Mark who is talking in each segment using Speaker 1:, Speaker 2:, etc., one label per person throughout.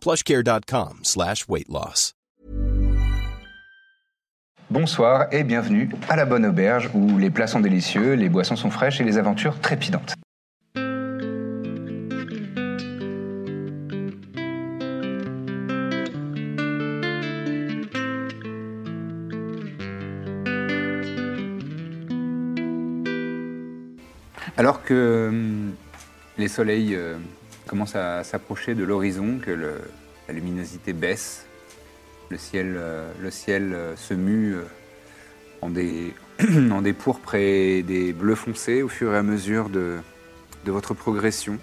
Speaker 1: plushcare.com slash weight loss.
Speaker 2: Bonsoir et bienvenue à la bonne auberge où les plats sont délicieux, les boissons sont fraîches et les aventures trépidantes. Alors que hum, les soleils euh, commencent à s'approcher de l'horizon, que le- la luminosité baisse, le ciel, euh, le ciel euh, se mue euh, en des, en des pourpres et des bleus foncés au fur et à mesure de, de votre progression.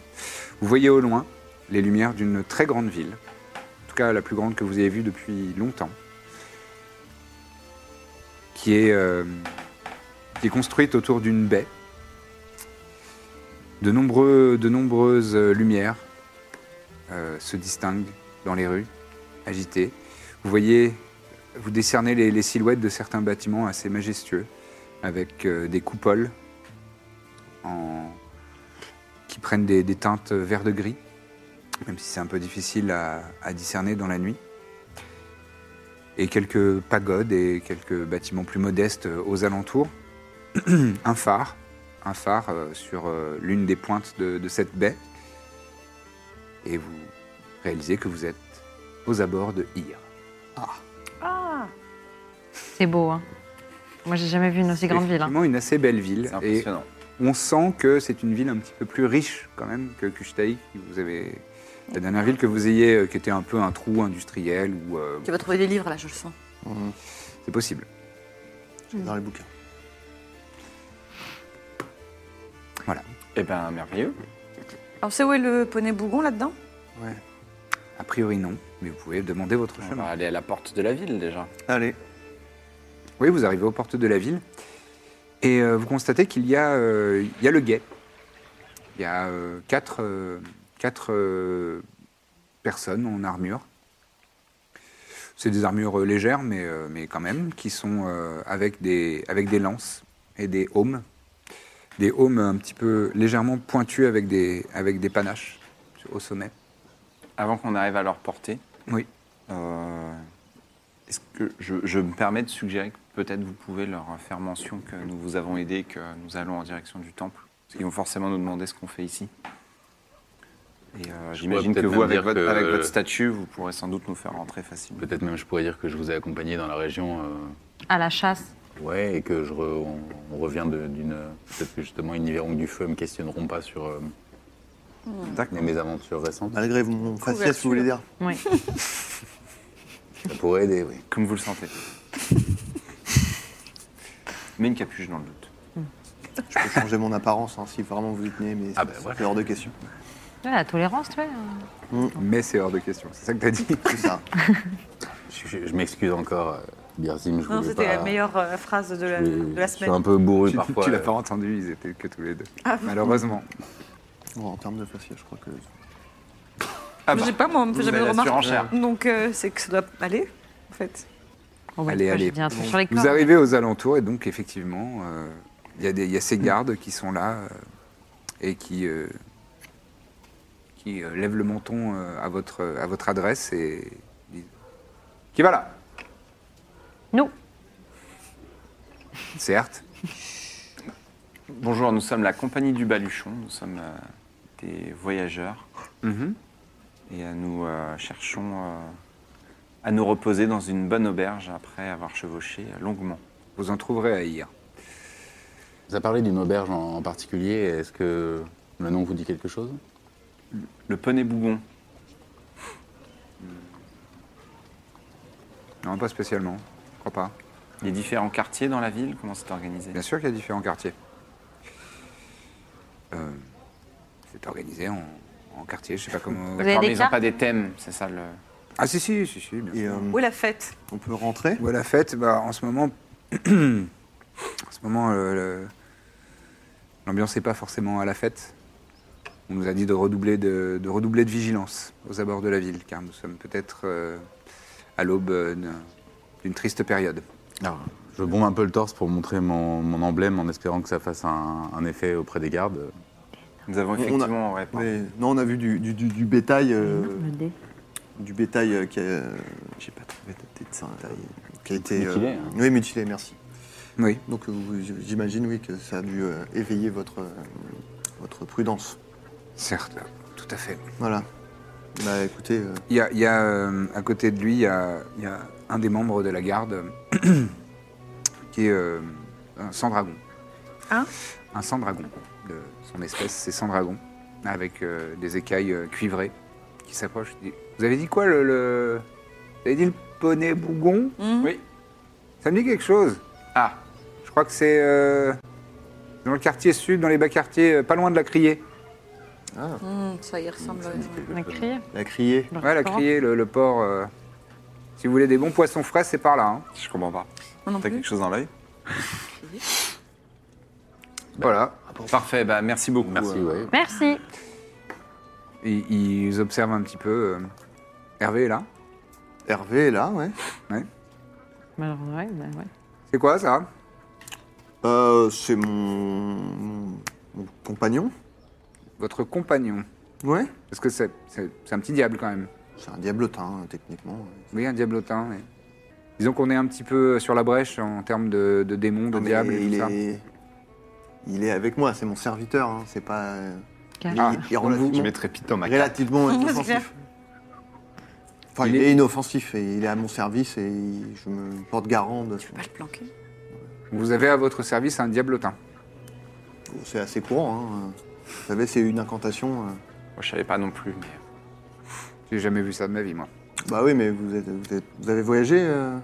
Speaker 2: Vous voyez au loin les lumières d'une très grande ville, en tout cas la plus grande que vous ayez vue depuis longtemps, qui est, euh, qui est construite autour d'une baie de, nombreux, de nombreuses euh, lumières euh, se distinguent dans les rues, agitées. Vous voyez, vous décernez les, les silhouettes de certains bâtiments assez majestueux, avec euh, des coupoles en- qui prennent des, des teintes vert de gris, même si c'est un peu difficile à, à discerner dans la nuit. Et quelques pagodes et quelques bâtiments plus modestes euh, aux alentours. un phare un phare euh, sur euh, l'une des pointes de, de cette baie. Et vous réalisez que vous êtes aux abords de Hyre.
Speaker 3: C'est beau, hein. Moi, j'ai jamais vu une aussi grande ville. hein.
Speaker 2: Effectivement, une assez belle ville.
Speaker 4: C'est
Speaker 2: Et
Speaker 4: impressionnant.
Speaker 2: on sent que c'est une ville un petit peu plus riche quand même que Kushtaï. qui Vous avez la dernière ville que vous ayez, euh, qui était un peu un trou industriel ou euh,
Speaker 5: Tu vas trouver des livres là, je le sens.
Speaker 2: c'est possible.
Speaker 4: Dans les bouquins.
Speaker 2: Voilà.
Speaker 4: Eh ben, merveilleux.
Speaker 5: Alors, c'est où est le poney Bougon là-dedans
Speaker 4: Ouais.
Speaker 2: A priori non, mais vous pouvez demander votre
Speaker 4: On
Speaker 2: chemin.
Speaker 4: va aller à la porte de la ville déjà.
Speaker 6: Allez,
Speaker 2: Oui, vous arrivez aux portes de la ville et euh, vous constatez qu'il y, a, euh, il y a le guet. Il y a euh, quatre, euh, quatre, euh, personnes en armure. C'est des armures euh, légères, mais, euh, mais quand même, qui sont euh, avec, des, avec des lances et des aumes. Des aumes un petit peu légèrement pointus avec des, avec des panaches au sommet.
Speaker 4: Avant qu'on arrive à leur portée,
Speaker 2: Oui.
Speaker 4: euh, est-ce que je, je me permets de suggérer que peut-être vous pouvez leur faire mention que nous vous avons aidé et que nous allons en direction du temple Parce qu'ils vont forcément nous demander ce qu'on fait ici. Et euh,
Speaker 7: Je
Speaker 4: j'imagine
Speaker 7: pourrais
Speaker 4: que
Speaker 7: peut-être
Speaker 4: vous,
Speaker 7: même
Speaker 4: avec
Speaker 7: dire
Speaker 4: votre,
Speaker 7: que-
Speaker 4: avec votre statut, vous pourrez sans doute nous faire rentrer facilement.
Speaker 7: Peut-être même je pourrais dire que je vous ai accompagné dans la région. euh,
Speaker 3: À la chasse.
Speaker 7: ouais, et que je re- on, on revient de- d'une. Peut-être que justement, ils n'y verront que du feu, me questionneront pas sur euh, mes- mes aventures récentes.
Speaker 6: malgré mon faciès, vous voulez dire
Speaker 3: Oui.
Speaker 7: Ça pourrait aider, oui.
Speaker 4: Comme vous le sentez. Mais une capuche dans le doute.
Speaker 6: Je peux changer mon apparence hein, si vraiment vous y tenez, mais
Speaker 7: Ah
Speaker 6: c'est-
Speaker 7: bah voilà.
Speaker 6: c'est hors de question.
Speaker 3: Ouais, la tolérance, tu vois.
Speaker 2: Mais c'est hors de question, c'est ça que tu as dit.
Speaker 6: C'est ça.
Speaker 7: Je, je- je m'excuse encore, euh, Birzim, je
Speaker 5: Non,
Speaker 7: voulais
Speaker 5: c'était
Speaker 7: pas-
Speaker 6: Bah.
Speaker 5: la meilleure euh, phrase de la,
Speaker 7: je-
Speaker 5: de la
Speaker 7: Je suis
Speaker 5: semaine.
Speaker 7: un peu bourru
Speaker 2: Tu,
Speaker 7: parfois.
Speaker 2: tu l'as
Speaker 7: euh,
Speaker 2: pas entendu, ils étaient que tous les deux. Malheureusement.
Speaker 6: Bon, en termes de faciès, je crois que.
Speaker 4: Ah
Speaker 5: je sais pas, moi, on me fait
Speaker 4: vous
Speaker 5: jamais
Speaker 4: avez
Speaker 5: de
Speaker 4: la
Speaker 5: remarques.
Speaker 4: surenchère.
Speaker 5: Donc, euh, c'est que ça doit aller, en fait.
Speaker 3: On va
Speaker 2: Allez, allez.
Speaker 3: J'ai dit un truc sur les corps.
Speaker 2: Vous arrivez aux alentours et donc effectivement, euh, il y a des- il y, a ces gardes qui sont là euh, et qui, euh, qui euh, lèvent le menton euh, à, votre, à votre adresse et disent Qui va là
Speaker 3: Nous.
Speaker 2: Certes,
Speaker 4: Bonjour, nous sommes la compagnie du Baluchon. Nous sommes euh, des voyageurs et euh, nous euh, cherchons euh, à nous reposer dans une bonne auberge après avoir chevauché euh, longuement.
Speaker 2: vous en trouverez à Hyre.
Speaker 7: Vous avez parlé d'une auberge en, en particulier. Est-ce que le nom vous dit quelque chose
Speaker 4: Le poney bougon.
Speaker 2: Non, pas spécialement, je crois pas.
Speaker 4: Les différents quartiers dans la ville, comment c'est organisé
Speaker 2: Bien sûr qu'il y a différents quartiers. Euh, c'est organisé en, en quartiers, je sais pas comment.
Speaker 3: avez
Speaker 4: D'accord,
Speaker 3: des
Speaker 4: mais ils n'ont
Speaker 3: cartes
Speaker 4: pas des thèmes, c'est ça le.
Speaker 2: Ah si, si, si, si, bien
Speaker 6: Et
Speaker 2: sûr.
Speaker 6: euh,
Speaker 5: Où est la fête
Speaker 6: on peut rentrer
Speaker 2: Où est la fête bah, En ce moment, en ce moment, euh, le- l'ambiance n'est pas forcément à la fête. On nous a dit de redoubler de, de redoubler de vigilance aux abords de la ville, car nous sommes peut-être euh, à l'aube euh, d'un- d'une triste période.
Speaker 7: Alors, je bombe un peu le torse pour montrer mon, mon emblème en espérant que ça fasse un, un effet auprès des gardes.
Speaker 4: Nous avons
Speaker 6: On a-
Speaker 4: effectivement réparé.
Speaker 6: Mais non, on a vu du, du- du- du bétail. euh,
Speaker 3: Énorme dé.
Speaker 6: du bétail euh, qui a. euh, J'ai pas trouvé de tête ça. Qui a été. euh,
Speaker 7: Mutilé, hein.
Speaker 6: Oui, mutilé, merci.
Speaker 2: Oui.
Speaker 6: Donc euh, vous- j'imagine, oui, que ça a dû euh, éveiller votre, euh, votre prudence.
Speaker 2: Certes, tout à fait.
Speaker 6: Voilà. Bah écoutez, euh,
Speaker 2: Il y a, il y a, euh, à côté de lui, il y a, il y a un des membres de la garde qui est euh, un sans-dragon.
Speaker 5: Hein
Speaker 2: Un sans-dragon. De son espèce, c'est sans-dragon, avec euh, des écailles euh, cuivrées qui s'approche. Il dit, Vous avez dit quoi le, le- Vous avez dit le poney bougon
Speaker 4: Oui.
Speaker 2: Ça me dit quelque chose.
Speaker 4: Ah,
Speaker 2: Je crois que c'est euh, dans le quartier sud, dans les bas quartiers, euh, pas loin de la criée.
Speaker 5: Hum, Ça y ressemble.
Speaker 7: Ça me
Speaker 5: ouais.
Speaker 7: dit quelque
Speaker 3: On a
Speaker 7: chose.
Speaker 3: crié.
Speaker 6: elle a crié.
Speaker 3: dans le
Speaker 2: Ouais, la
Speaker 3: restaurant.
Speaker 2: criée, le, le port. euh, Si vous voulez des bons poissons frais, c'est par là. hein.
Speaker 4: je comprends pas.
Speaker 5: Moi non
Speaker 4: T'as
Speaker 5: plus.
Speaker 4: quelque chose dans l'œil
Speaker 2: Bah, Voilà.
Speaker 4: Parfait, bah merci beaucoup.
Speaker 7: Merci,
Speaker 4: euh,
Speaker 7: ouais.
Speaker 3: Merci.
Speaker 2: Ils, ils observent un petit peu. euh, Hervé est là.
Speaker 6: Hervé est là, ouais.
Speaker 3: Bah, alors, ouais, bah, ouais.
Speaker 2: C'est quoi ça
Speaker 6: Euh, c'est mon, mon- mon compagnon.
Speaker 2: Votre compagnon.
Speaker 6: Ouais.
Speaker 2: Parce que c'est c'est- c'est un petit diable quand même.
Speaker 6: C'est un diablotin, euh, techniquement.
Speaker 2: Oui, un diablotin. mais- Disons qu'on est un petit peu sur la brèche en termes de, de démons, de
Speaker 6: Ah, Mais
Speaker 2: diables et tout
Speaker 6: il
Speaker 2: ça.
Speaker 6: est. Il est avec moi, c'est mon serviteur, hein, c'est pas. euh,
Speaker 3: Calme.
Speaker 2: Ah.
Speaker 6: il- il est
Speaker 4: donc vous- Je
Speaker 6: relativement,
Speaker 4: mettrai Pete dans ma carte.
Speaker 6: relativement
Speaker 5: clair.
Speaker 6: inoffensif. Enfin, il,
Speaker 2: Il
Speaker 6: est...
Speaker 2: est-
Speaker 6: inoffensif et il est à mon service et il- je me porte garant de.
Speaker 5: Pas le planquer.
Speaker 2: Vous avez à votre service un diablotin.
Speaker 6: C'est assez courant, hein. Vous savez, c'est une incantation. euh.
Speaker 4: Moi, je savais pas non plus, mais
Speaker 2: J'ai jamais vu ça de ma vie, moi.
Speaker 6: Bah oui, mais vous, êtes- vous, êtes- vous avez voyagé euh,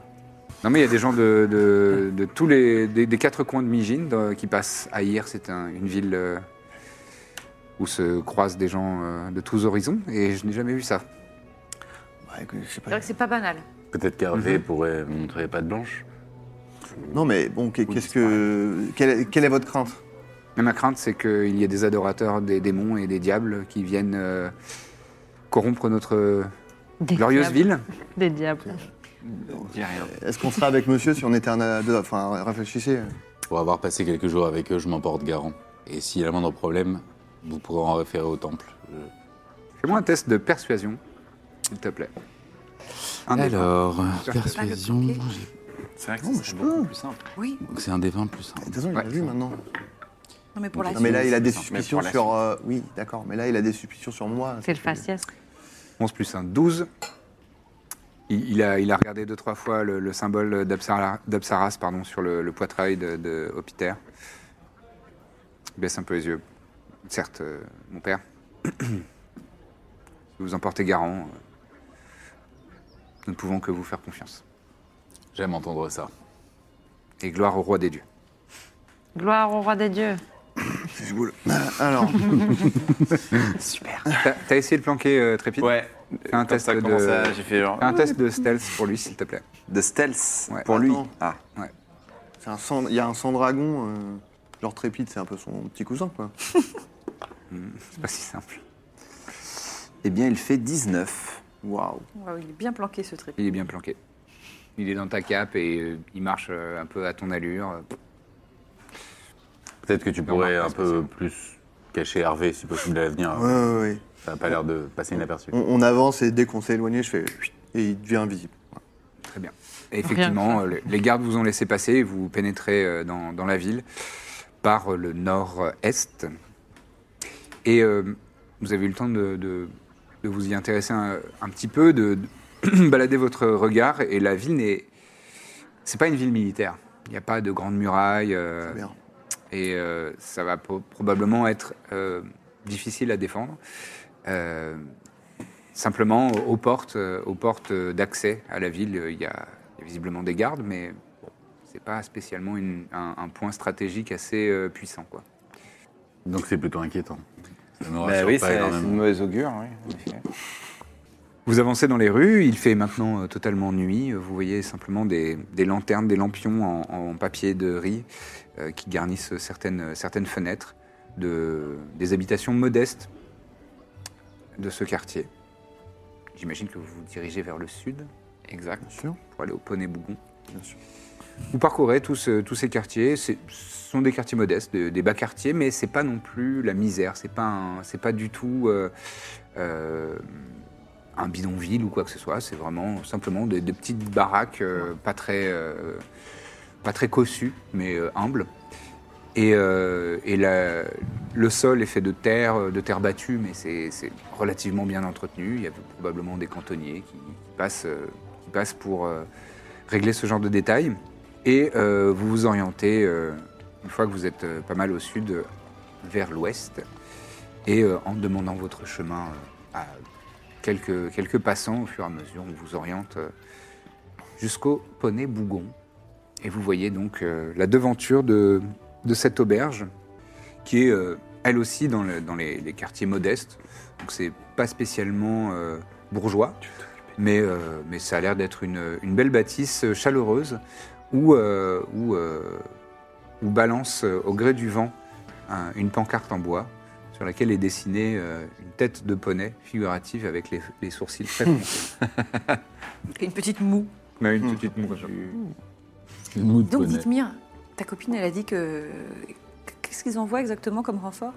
Speaker 2: Non, mais il y a des gens de, de- de tous les. Des, des quatre coins de Mijin euh, qui passent. à Hier, c'est un- une ville euh, où se croisent des gens euh, de tous horizons et je n'ai jamais vu ça.
Speaker 6: bah, écoute, je sais
Speaker 5: C'est
Speaker 6: pas.
Speaker 5: vrai que c'est pas banal.
Speaker 7: Peut-être qu'Hervé pourrait montrer pas de blanche.
Speaker 6: Non, mais bon, qu'est- qu'est-ce que. Quelle, est- quelle est votre crainte
Speaker 2: Mais ma crainte, c'est qu'il y ait des adorateurs des démons et des diables qui viennent euh, corrompre notre
Speaker 3: Des
Speaker 2: glorieuse
Speaker 3: diables.
Speaker 2: ville.
Speaker 3: Des diables.
Speaker 4: dis rien.
Speaker 6: Est-ce qu'on sera avec monsieur si on était un. ado- Enfin, réfléchissez.
Speaker 7: Pour avoir passé quelques jours avec eux, je m'en porte garant. Et s'il y a le moindre problème, vous pourrez en référer au temple. Je-
Speaker 2: Fais-moi un test de persuasion, s'il te plaît. Un des
Speaker 7: Alors, euh,
Speaker 2: peux
Speaker 7: persuasion,
Speaker 5: pas le copier.
Speaker 7: j'ai-
Speaker 4: C'est vrai que ça, c'est beaucoup plus simple.
Speaker 5: Oui.
Speaker 7: donc c'est un des 20 plus
Speaker 6: De
Speaker 7: 1.
Speaker 6: toute façon, il
Speaker 2: Ouais.
Speaker 6: l'a vu maintenant.
Speaker 5: Non mais pour la
Speaker 4: Ah,
Speaker 6: Non, mais là, il a des
Speaker 7: Mais pour
Speaker 6: suspicions
Speaker 4: la
Speaker 6: sur. euh, oui, d'accord, mais là, il a des suspicions sur moi.
Speaker 3: C'est le faciès.
Speaker 2: 11 plus 1, 12. Il, il a, il a regardé deux, trois fois le, le symbole d'Apsara- d'Apsaras pardon, sur le, le poitrail de, de Hopiter. Il baisse un peu les yeux. Certes, euh, mon père. vous en portez garant. euh, Nous ne pouvons que vous faire confiance.
Speaker 7: J'aime entendre ça.
Speaker 2: Et gloire au roi des dieux.
Speaker 3: Gloire au roi des dieux.
Speaker 6: Alors,
Speaker 2: T'as t'as essayé de planquer euh, Trépide
Speaker 4: Ouais.
Speaker 2: Fais un
Speaker 4: Comme
Speaker 2: test
Speaker 4: ça,
Speaker 2: de.
Speaker 4: comment ça, J'ai fait genre.
Speaker 2: fais un test de stealth pour lui, s'il te plaît.
Speaker 4: De stealth
Speaker 2: Ouais.
Speaker 4: pour lui.
Speaker 6: Attends.
Speaker 4: Ah,
Speaker 6: c'est un sang- il y a un sang dragon. euh, genre Trépide, c'est un peu son petit cousin, quoi.
Speaker 2: C'est pas si simple.
Speaker 4: eh bien, il fait 19.
Speaker 6: Waouh.
Speaker 5: Waouh, il est bien planqué ce trip.
Speaker 2: Il est bien planqué. Il est dans ta cape et euh, il marche euh, un peu à ton allure.
Speaker 7: Peut-être que tu
Speaker 2: Non,
Speaker 7: pourrais
Speaker 2: non, pas
Speaker 7: un peu
Speaker 2: spécialement.
Speaker 7: plus cacher Hervé, si possible, à
Speaker 4: Ah
Speaker 7: l'avenir.
Speaker 6: Ouais, ouais, ouais.
Speaker 7: Ça n'a pas l'air de passer inaperçu.
Speaker 6: On, on avance et dès qu'on s'est éloigné, je fais. Et il devient invisible.
Speaker 2: Très bien. Et effectivement, euh, le- les gardes vous ont laissé passer et vous pénétrez euh, dans, dans la ville par euh, le nord-est. Et euh, vous avez eu le temps de, de- de vous y intéresser un, un petit peu, de, de balader votre regard. Et la ville n'est. C'est pas une ville militaire. Il n'y a pas de grandes murailles. euh,
Speaker 6: Bien.
Speaker 2: et euh, ça va pro- probablement être euh, difficile à défendre. Euh, simplement, aux aux portes, euh, aux portes euh, d'accès à la ville, euh, il y, a il y a visiblement des gardes, mais bon, c'est pas spécialement une- un, un point stratégique assez euh, puissant, quoi.
Speaker 7: Donc c'est plutôt inquiétant. Ça nous
Speaker 4: Bah
Speaker 7: rassure
Speaker 4: oui,
Speaker 7: pas
Speaker 4: c'est c'est
Speaker 7: énormément.
Speaker 4: une mauvaise augure, oui, en effet.
Speaker 2: Vous avancez dans les rues, il fait maintenant euh, totalement nuit. Vous voyez simplement des, des lanternes, des lampions en, en papier de riz euh, qui garnissent certaines, certaines fenêtres de, des habitations modestes de ce quartier. J'imagine que vous vous dirigez vers le sud. Exact. Pour aller au Poney Bougon.
Speaker 6: Bien sûr.
Speaker 2: Vous parcourez tous, euh, tous ces quartiers. C'est- Ce sont des quartiers modestes, de- des bas quartiers, mais c'est pas non plus la misère. C'est pas, un- c'est pas du tout euh, euh, un bidonville ou quoi que ce soit. C'est vraiment simplement des, des petites baraques, euh, pas très, euh, pas très cossues, mais euh, humbles. Et, euh, et la- le sol est fait de terre, euh, de terre battue, mais c'est c'est relativement bien entretenu. Il y a probablement des cantonniers qui, qui passent, euh, qui passent pour euh, régler ce genre de détails. Et euh, vous vous orientez, euh, une fois que vous êtes euh, pas mal au sud, euh, vers l'ouest, et euh, en demandant votre chemin euh, à quelques, quelques passants au fur et à mesure, on vous oriente euh, jusqu'au Poney Bougon. Et vous voyez donc euh, la devanture de, de cette auberge, qui est euh, elle aussi dans, le- dans les, les quartiers modestes. Donc c'est pas spécialement euh, bourgeois, mais, euh, mais ça a l'air d'être une, une belle bâtisse chaleureuse où, euh, où, euh, où balance euh, au gré du vent un- une pancarte en bois sur laquelle est dessinée euh, une tête de poney figurative avec les, les sourcils très froncés.
Speaker 5: Et une petite moue.
Speaker 2: Mais une petite moue.
Speaker 7: Une moue de
Speaker 5: Donc,
Speaker 7: poney.
Speaker 5: dites-moi, ta copine, elle a dit que. Qu'est-ce qu'ils envoient exactement comme renfort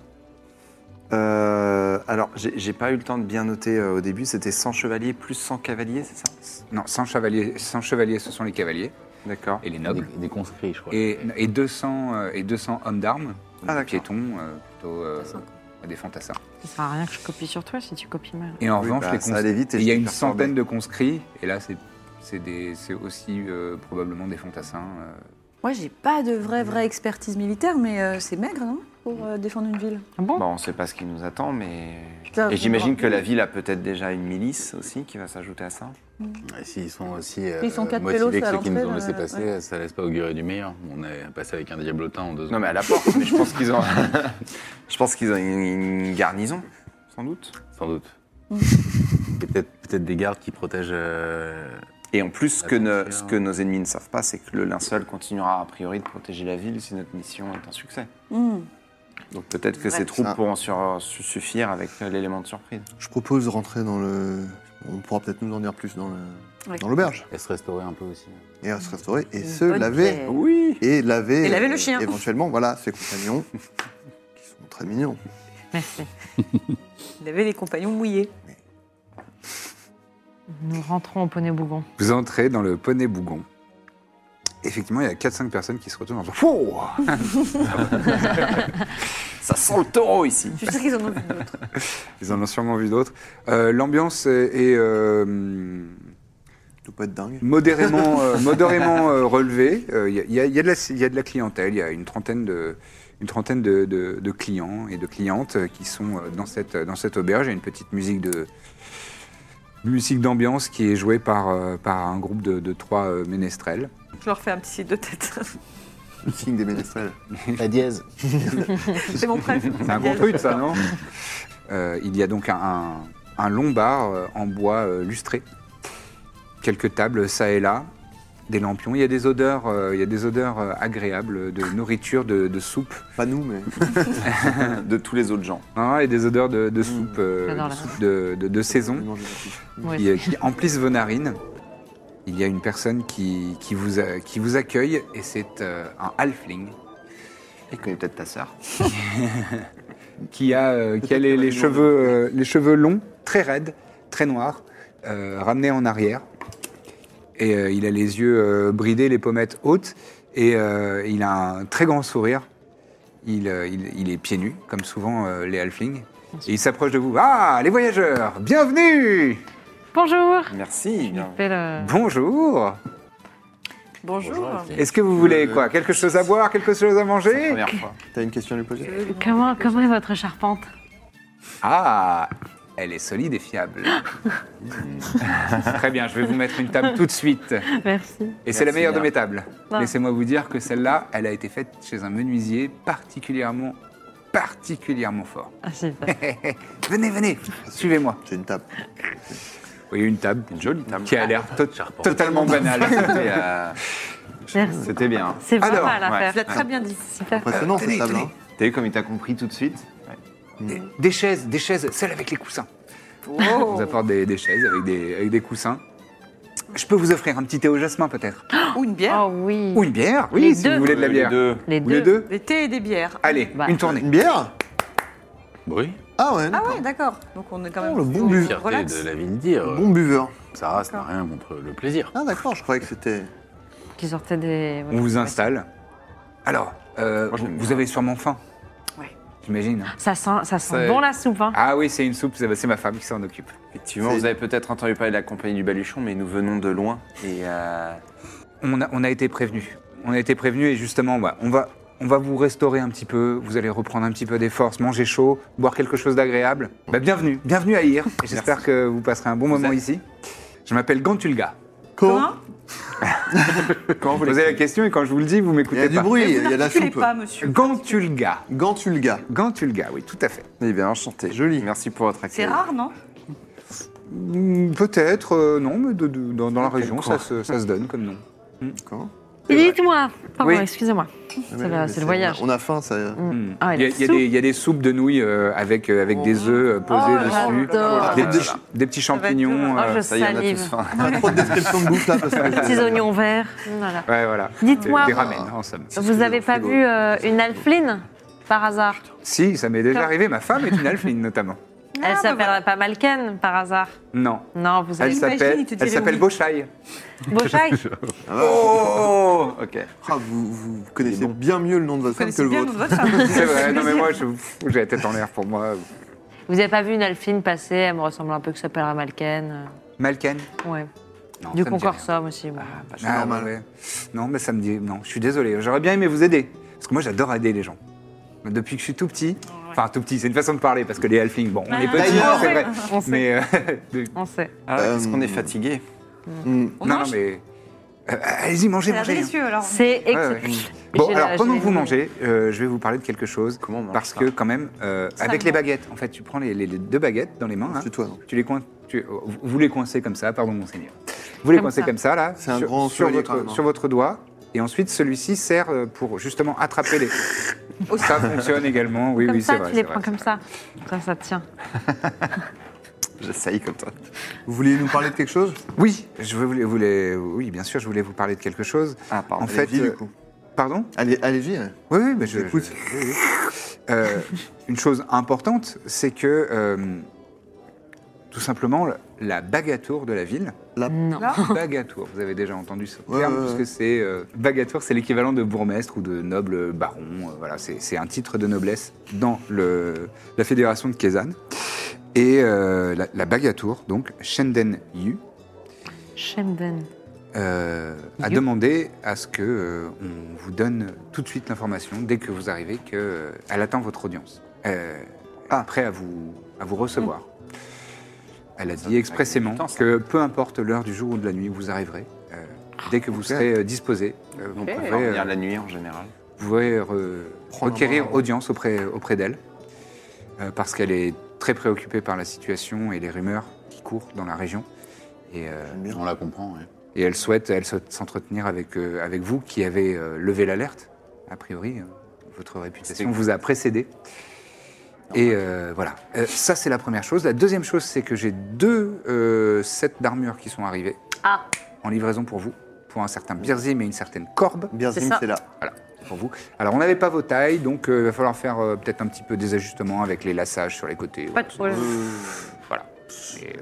Speaker 4: Euh, alors, j'ai j'ai pas eu le temps de bien noter euh, au début, c'était 100 chevaliers plus 100 cavaliers, c'est ça
Speaker 2: Non, 100 chevaliers, 100 chevaliers, ce sont les cavaliers
Speaker 4: D'accord.
Speaker 2: et les
Speaker 7: Des,
Speaker 2: nobles.
Speaker 7: des conscrits, je crois.
Speaker 2: Et, et 200, euh, et 200 hommes d'armes, des
Speaker 4: Ah, d'accord.
Speaker 2: piétons, euh, plutôt euh,
Speaker 5: 200.
Speaker 2: des fantassins.
Speaker 3: Ça sert à rien que je copie sur toi si tu copies mal.
Speaker 2: Et en
Speaker 4: Oui,
Speaker 2: revanche,
Speaker 4: bah,
Speaker 2: les
Speaker 4: ça
Speaker 2: cons-
Speaker 4: allait vite et
Speaker 2: il y a
Speaker 4: j'étais
Speaker 2: une
Speaker 4: perturbé.
Speaker 2: centaine de conscrits, et là, c'est- c'est des- c'est aussi euh, probablement des fantassins. euh,
Speaker 5: Moi, j'ai pas de vraie, vraie expertise militaire, mais euh, c'est maigre, non Pour euh, défendre une ville.
Speaker 3: Ah bon
Speaker 4: Bon, on sait pas ce qui nous attend, mais.
Speaker 5: Putain,
Speaker 4: Et j'imagine
Speaker 5: faudra-
Speaker 4: que la ville a peut-être déjà une milice aussi qui va s'ajouter à ça.
Speaker 7: Et S'ils sont aussi euh,
Speaker 5: Ils sont quatre pélos
Speaker 7: motivés que
Speaker 5: à
Speaker 7: ceux qui nous ont
Speaker 5: l'entrée,
Speaker 7: laissé
Speaker 5: euh,
Speaker 7: passer, ça laisse pas augurer du meilleur. On est passé avec un diablotin en deux ans.
Speaker 4: Non, mais à la porte, mais je pense qu'ils ont. je pense qu'ils ont une, une garnison, sans doute.
Speaker 7: Sans doute. Et peut-être peut-être des gardes qui protègent. euh,
Speaker 4: Et en plus, ce que,
Speaker 7: Attention.
Speaker 4: nos- ce que nos ennemis ne savent pas, c'est que le linceul continuera a priori de protéger la ville si notre mission est un succès.
Speaker 5: Hmm.
Speaker 4: Donc peut-être que
Speaker 5: Ouais.
Speaker 4: ces troupes
Speaker 6: Ça.
Speaker 4: pourront sur- su- suffire avec euh, l'élément de surprise.
Speaker 6: Je propose de rentrer dans le. On pourra peut-être nous en dire plus dans le-
Speaker 5: Ouais.
Speaker 6: dans l'auberge.
Speaker 7: Et se restaurer un peu aussi.
Speaker 6: et à se restaurer et
Speaker 5: Une
Speaker 6: se
Speaker 5: bonne
Speaker 6: laver.
Speaker 5: pierre.
Speaker 4: Oui
Speaker 6: Et laver.
Speaker 5: Et laver
Speaker 6: euh,
Speaker 5: le chien.
Speaker 6: Éventuellement, voilà, ses compagnons, qui sont très mignons.
Speaker 3: Merci.
Speaker 5: Il avait les compagnons mouillés.
Speaker 3: Nous rentrons au Poney Bougon.
Speaker 2: Vous entrez dans le Poney Bougon. Effectivement, il y a 4-5 personnes qui se retournent en disant Fouh
Speaker 4: Ça sent le taureau ici
Speaker 5: Je suis sûre qu'ils en ont vu d'autres.
Speaker 2: Ils en ont sûrement vu d'autres. Euh, L'ambiance est, est, euh,
Speaker 6: Ça doit pas être dingue.
Speaker 2: modérément, euh, modérément euh, relevée. Euh, Il y, a- il y a- il y a de la- il y a de la clientèle, il y a une trentaine de, une trentaine de, de- de clients et de clientes euh, qui sont euh, dans cette, dans cette auberge. Il y a une petite musique de musique d'ambiance qui est jouée par, euh, par un groupe de, de trois euh, ménestrels.
Speaker 5: Je leur fais un petit signe de tête.
Speaker 6: Le signe des ménestrels.
Speaker 7: La dièse.
Speaker 5: C'est mon prêtre.
Speaker 2: C'est un gros truc, ça, non Euh, Il y a donc un, un- un long bar euh, en bois euh, lustré, quelques tables ça et là, des lampions. Il y a des odeurs, euh, il y a des odeurs euh, agréables de nourriture, de, de soupe,
Speaker 6: Pas nous, mais.
Speaker 4: de tous les autres gens.
Speaker 2: hein, et des odeurs de, de soupe, euh,
Speaker 3: J'adore
Speaker 2: de,
Speaker 3: la
Speaker 2: soupe de- de- de saison.
Speaker 6: Manger la fiche.
Speaker 3: Ouais.
Speaker 2: qui, euh, qui emplissent vos narines. Il y a une personne qui, qui, vous, a- qui vous accueille et c'est euh, un halfling
Speaker 4: Et connaît peut-être ta sœur.
Speaker 2: qui a, euh, qui a les, les cheveux, euh, les cheveux longs, très raides, très noirs, euh, ramenés en arrière. Et euh, il a les yeux euh, bridés, les pommettes hautes et euh, il a un très grand sourire. Il, euh, il- il est pieds nus, comme souvent euh, les halflings. Et il s'approche de vous. Ah, les voyageurs, bienvenue
Speaker 3: Bonjour
Speaker 4: Merci. bien.
Speaker 3: Fais le-
Speaker 2: Bonjour
Speaker 5: Bonjour.
Speaker 2: Est-ce que vous voulez quoi Quelque chose à boire Quelque chose à manger
Speaker 4: Première fois.
Speaker 6: T'as une question à lui poser
Speaker 5: Euh,
Speaker 3: Comment, comment est votre charpente
Speaker 2: Ah Elle est solide et fiable. Très bien, je vais vous mettre une table tout de suite.
Speaker 3: Merci.
Speaker 2: Et c'est la meilleure
Speaker 4: bien.
Speaker 2: de mes tables.
Speaker 3: Ah.
Speaker 2: Laissez-moi vous dire que celle-là, elle a été faite chez un menuisier particulièrement, particulièrement fort.
Speaker 3: Ah, c'est pas-
Speaker 2: Venez, venez, suivez-moi.
Speaker 6: J'ai une table.
Speaker 2: Vous voyez une table
Speaker 4: Une jolie table.
Speaker 2: qui a l'air to-
Speaker 7: Charpente.
Speaker 2: totalement banale.
Speaker 4: C'était, euh,
Speaker 3: Merci.
Speaker 4: C'était bien.
Speaker 3: C'est vraiment
Speaker 2: Alors,
Speaker 3: à l'affaire.
Speaker 5: Tu l'as très bien dit.
Speaker 3: Super.
Speaker 6: Impressionnant
Speaker 2: tenez,
Speaker 6: cette table.
Speaker 2: tenez.
Speaker 6: hein.
Speaker 4: T'as vu comme il t'a compris tout de suite
Speaker 2: Des, des chaises, des chaises, celles avec les coussins. On vous apporte des, des chaises avec des, avec des coussins. Je peux vous offrir un petit thé au jasmin peut-être
Speaker 5: Ou une
Speaker 6: Ah.
Speaker 5: bière.
Speaker 3: Oh oui.
Speaker 2: Ou une bière, oui,
Speaker 3: Les
Speaker 2: si
Speaker 3: deux.
Speaker 2: vous voulez de la
Speaker 4: Les
Speaker 2: bière.
Speaker 4: deux.
Speaker 3: Les
Speaker 2: Ou
Speaker 3: deux.
Speaker 2: les deux
Speaker 5: Des thés et des
Speaker 6: Ah,
Speaker 5: bières.
Speaker 2: Allez,
Speaker 3: Bah.
Speaker 2: une tournée.
Speaker 6: Une bière
Speaker 7: Bruit
Speaker 6: Ah ouais,
Speaker 5: Ah
Speaker 6: d'accord.
Speaker 5: ouais, d'accord. Donc on est quand même.
Speaker 6: Oh, le bon bu.
Speaker 7: Fierté
Speaker 5: Relax.
Speaker 7: de la ville dire.
Speaker 6: Bon buveur.
Speaker 7: Sarah, ça n'a rien contre le plaisir.
Speaker 6: Ah d'accord, je croyais que c'était...
Speaker 3: Qui sortait des.
Speaker 2: On vous installe. Alors, euh,
Speaker 4: Moi, je l'aime
Speaker 2: vous
Speaker 4: bien.
Speaker 2: avez sûrement faim.
Speaker 5: Ouais.
Speaker 2: J'imagine. hein.
Speaker 3: Ça sent, ça
Speaker 2: C'est-
Speaker 3: sent bon la soupe. Hein.
Speaker 2: Ah oui, c'est une soupe, c'est c'est ma femme qui s'en occupe.
Speaker 4: Effectivement,
Speaker 6: C'est-
Speaker 4: vous avez peut-être entendu parler de la compagnie du Baluchon, mais nous venons de loin. Et euh,
Speaker 2: On a, on a été prévenu. On a été prévenu et justement, bah, on, va, on va vous restaurer un petit peu. Vous allez reprendre un petit peu des forces, manger chaud, boire quelque chose d'agréable. Bah, bienvenue, bienvenue à IR. Et J'espère que vous passerez un bon moment
Speaker 4: êtes-
Speaker 2: ici. Je m'appelle Gantulga.
Speaker 5: Comment
Speaker 2: Quand vous posez la question et quand je vous le dis, vous
Speaker 6: Il y a
Speaker 2: m'écoutez
Speaker 6: du
Speaker 2: pas.
Speaker 6: bruit, il y a de la
Speaker 5: N'articulez
Speaker 6: soupe.
Speaker 5: pas, monsieur.
Speaker 2: Gantulga.
Speaker 6: Gantulga.
Speaker 2: Gantulga, oui, tout à fait.
Speaker 4: Eh bien, enchanté.
Speaker 6: Joli.
Speaker 4: Merci pour votre accueil.
Speaker 5: C'est rare, non
Speaker 2: Hmm, Peut-être, euh, non, mais de- de- dans, dans la région,
Speaker 4: coin.
Speaker 2: ça se, ça se donne comme nom.
Speaker 6: D'accord.
Speaker 3: Dites-moi. Pardon,
Speaker 2: Oui.
Speaker 3: excusez-moi.
Speaker 6: Mais-
Speaker 3: le-
Speaker 6: mais
Speaker 3: c'est le voyage.
Speaker 6: On a faim, ça...
Speaker 3: Mm. Ah,
Speaker 2: Il y, a-
Speaker 3: la
Speaker 2: il y a
Speaker 3: soupe.
Speaker 2: des- il y a des soupes de nouilles euh, avec, euh, avec des œufs euh, posés
Speaker 3: Oh,
Speaker 2: dessus,
Speaker 3: j'adore.
Speaker 2: des,
Speaker 4: Ah,
Speaker 2: petits-
Speaker 4: là, là.
Speaker 2: des petits
Speaker 5: va être dur,
Speaker 2: champignons.
Speaker 3: Oh,
Speaker 2: euh,
Speaker 3: je
Speaker 4: Ça y est, on a tous
Speaker 3: salive.
Speaker 4: faim.
Speaker 6: On a trop de descriptions de bouffe là, parce que...
Speaker 3: Petits oignons verts. Voilà.
Speaker 2: Ouais, voilà.
Speaker 3: Dites-moi.
Speaker 2: Des, des ramen, en somme.
Speaker 6: ce que
Speaker 3: Vous avez
Speaker 6: j'ai
Speaker 3: pas
Speaker 6: dans le
Speaker 3: vu euh, une alpheline par hasard
Speaker 2: Si, ça m'est déjà
Speaker 3: Comme-
Speaker 2: arrivé. Ma femme est une alphine, notamment.
Speaker 3: Elle
Speaker 5: bah
Speaker 3: s'appellerait pas Malken par hasard
Speaker 2: Non.
Speaker 3: Non, vous
Speaker 2: Elle
Speaker 3: avez
Speaker 5: s'appelle-
Speaker 2: s'appelle
Speaker 5: il te dirait
Speaker 2: elle s'appelle
Speaker 5: oui.
Speaker 2: Beauchaille.
Speaker 3: Beauchai
Speaker 4: Oh Ok.
Speaker 6: Ah, vous, vous connaissez bien mieux le nom de votre
Speaker 5: Vous
Speaker 6: femme que
Speaker 5: connaissez
Speaker 6: le
Speaker 5: bien notre
Speaker 6: vôtre.
Speaker 5: vote, ça
Speaker 2: C'est vrai. Non, mais moi, je- j'ai la tête en l'air pour moi.
Speaker 3: Vous avez pas vu une alphine passer Elle me ressemble un peu que s'appellerait Malken.
Speaker 2: Malken
Speaker 3: euh, Ouais.
Speaker 2: Non, Ah, ça
Speaker 3: du
Speaker 2: me dit rien. Ah.
Speaker 3: concorsum aussi. bon.
Speaker 6: C'est
Speaker 4: Ah,
Speaker 6: normal.
Speaker 2: bah ouais. Non, mais ça me dit. Non, je suis désolé. J'aurais bien aimé vous aider. Parce que moi, j'adore aider les gens. Mais depuis que je suis tout petit. Enfin, tout petit, c'est une façon de parler. Parce que les halflings, bon, on est petits,
Speaker 6: d'ailleurs,
Speaker 2: c'est vrai.
Speaker 3: on sait.
Speaker 2: Mais. euh, de-
Speaker 3: On sait.
Speaker 4: Ah,
Speaker 6: Euh,
Speaker 4: Est-ce qu'on est fatigué
Speaker 6: Mm.
Speaker 5: On
Speaker 2: non, non,
Speaker 5: mange
Speaker 2: mais. euh, allez-y, mangez,
Speaker 5: C'est l'air
Speaker 2: mangez. hein.
Speaker 5: délicieux, alors.
Speaker 3: C'est
Speaker 2: Ouais, ouais.
Speaker 3: exceptionnel.
Speaker 2: Bon,
Speaker 3: J'ai
Speaker 2: alors
Speaker 3: la-
Speaker 2: pendant
Speaker 3: j'ai
Speaker 2: que vous
Speaker 3: les-
Speaker 2: mangez, euh, je vais vous parler de quelque chose.
Speaker 4: Comment on mange
Speaker 2: Parce
Speaker 4: ça
Speaker 2: que quand même, euh, avec les baguettes, en fait, tu prends les, les- les deux baguettes dans les
Speaker 4: Hein
Speaker 2: mains. hein. là.
Speaker 6: C'est toi, non
Speaker 2: Tu les coin- tu- vous- vous les coincez comme ça, pardon monseigneur. Vous les
Speaker 3: Comme
Speaker 2: coincez
Speaker 3: ça.
Speaker 2: comme ça là,
Speaker 6: C'est un
Speaker 2: sur,
Speaker 6: grand
Speaker 2: sur
Speaker 6: chevalier, quand même,
Speaker 2: votre,
Speaker 6: hein.
Speaker 2: sur votre doigt, et ensuite celui-ci sert euh, pour justement attraper les. ça fonctionne également, oui,
Speaker 3: Comme
Speaker 2: oui,
Speaker 3: ça,
Speaker 2: c'est vrai.
Speaker 3: tu les
Speaker 2: c'est vrai.
Speaker 3: prends comme ça. Ça, ça tient.
Speaker 4: J'essaye comme toi.
Speaker 6: Vous vouliez nous parler de quelque chose
Speaker 2: Oui, je voulais, voulais- oui, bien sûr, je voulais vous parler de quelque chose.
Speaker 4: Ah, pardon.
Speaker 2: en fait,
Speaker 6: allez-y, du
Speaker 2: euh,
Speaker 6: coup.
Speaker 2: pardon.
Speaker 6: Allez- Allez-y. hein.
Speaker 2: Oui, oui, mais je.
Speaker 6: J'écoute.
Speaker 2: je- oui, oui. Euh, une chose importante, c'est que euh, tout simplement la bagatour de la ville.
Speaker 3: Non.
Speaker 2: Bagatour, vous avez déjà entendu ce
Speaker 6: Ouais,
Speaker 2: terme,
Speaker 6: ouais, ouais.
Speaker 2: parce que c'est euh, bagatour, c'est l'équivalent de bourgmestre ou de noble baron. euh, voilà, c'est c'est un titre de noblesse dans le, la fédération de Kézanne. Et euh, la, la bagatour, donc Shenden Yu,
Speaker 3: Shenden.
Speaker 2: euh, a
Speaker 3: You.
Speaker 2: demandé à ce que euh, on vous donne tout de suite l'information dès que vous arrivez que euh, elle attend votre audience. Euh, Prêt à vous à vous recevoir. Elle a dit expressément
Speaker 4: du temps, ça.
Speaker 2: que peu importe l'heure du jour ou de la nuit, vous arriverez. euh, dès que vous serez euh, disposé, euh, vous
Speaker 4: On peut
Speaker 2: pourrez,
Speaker 4: dormir
Speaker 2: euh,
Speaker 4: la nuit en général.
Speaker 2: vous pourrez re-
Speaker 6: Prendre un
Speaker 2: requérir
Speaker 6: bras.
Speaker 2: audience auprès, auprès d'elle, euh, parce qu'elle est très préoccupée par la situation et les rumeurs qui courent dans la région. Et euh,
Speaker 7: On la comprend, ouais.
Speaker 2: et elle souhaite, elle souhaite s'entretenir avec, euh, avec vous qui avez euh, levé l'alerte. A priori, euh, votre réputation
Speaker 4: C'est-
Speaker 2: vous a précédé. Et euh, voilà, Euh, ça c'est la première chose. La deuxième chose, c'est que j'ai deux euh, sets d'armures qui sont arrivés
Speaker 3: Ah.
Speaker 2: en livraison pour vous, pour un certain Birzim et une certaine Corbe
Speaker 6: Birzim,
Speaker 3: ça.
Speaker 6: c'est là.
Speaker 2: voilà, pour vous. Alors, on n'avait pas vos tailles, donc euh, il va falloir faire euh, peut-être un petit peu des ajustements avec les lassages sur les côtés.
Speaker 3: Pas de problème.
Speaker 2: Euh. Voilà. Et, euh,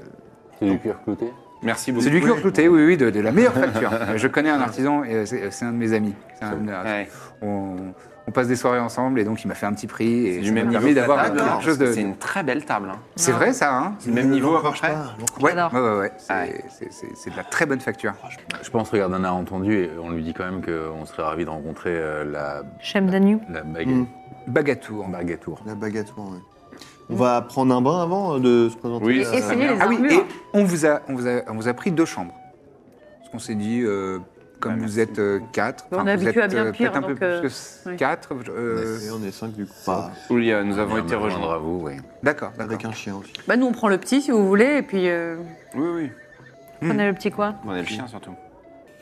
Speaker 7: C'est du cuir clouté
Speaker 4: Merci beaucoup.
Speaker 2: C'est du cuir clouté, oui, oui, de, de la meilleure facture. Euh, Je connais un artisan, et, euh, c'est euh, c'est un de mes amis. C'est un-
Speaker 4: Ouais.
Speaker 2: on, on passe des soirées ensemble, et donc il m'a fait un petit prix, et
Speaker 4: C'est
Speaker 2: ça
Speaker 4: du
Speaker 2: m'a
Speaker 4: même
Speaker 2: permis
Speaker 4: niveau
Speaker 2: d'avoir
Speaker 4: que la table,
Speaker 2: quelque chose de...
Speaker 4: Ah, C'est une très belle table. hein.
Speaker 2: C'est vrai, ça, hein
Speaker 4: C'est le même niveau à peu
Speaker 6: Marche
Speaker 4: près.
Speaker 6: pas.
Speaker 2: Ouais, ouais,
Speaker 3: J'adore.
Speaker 2: ouais, ouais. C'est-
Speaker 4: Ah ouais.
Speaker 2: c'est- C'est c'est de la très bonne facture.
Speaker 7: Je pense, regarde, on a entendu et on lui dit quand même qu'on serait ravi de rencontrer euh, la,
Speaker 3: Shemden You.
Speaker 7: la baguette.
Speaker 6: Mm.
Speaker 2: Bagatour.
Speaker 7: Bagatour.
Speaker 6: La baguette, ouais. On va prendre un bain avant euh, de se présenter.
Speaker 4: Oui,
Speaker 6: à-
Speaker 4: c'est
Speaker 3: Essayez les
Speaker 2: Ah oui,
Speaker 3: armures.
Speaker 2: et on vous a, on vous a, on vous a pris deux chambres. Parce qu'on s'est dit, euh, Comme
Speaker 4: Ouais,
Speaker 2: vous
Speaker 4: merci.
Speaker 2: êtes euh, quatre,
Speaker 3: On est
Speaker 2: enfin, vous
Speaker 3: habitué à
Speaker 2: êtes,
Speaker 3: bien
Speaker 2: euh,
Speaker 3: pire,
Speaker 2: peut-être un peu
Speaker 3: donc,
Speaker 2: plus
Speaker 3: euh,
Speaker 2: que
Speaker 3: ouais.
Speaker 2: quatre.
Speaker 4: Bah,
Speaker 2: euh,
Speaker 6: Et on est cinq du coup. Pas
Speaker 4: Oui, euh, nous avons
Speaker 7: Viens
Speaker 4: été
Speaker 7: me rejoindre
Speaker 4: rejoints.
Speaker 7: à vous, oui.
Speaker 2: D'accord, d'accord.
Speaker 6: avec un chien aussi.
Speaker 3: Bah, nous, on prend le petit si vous voulez, et puis. Euh,
Speaker 4: Oui, oui.
Speaker 2: Hmm.
Speaker 3: On a le petit quoi
Speaker 4: On est le chien surtout.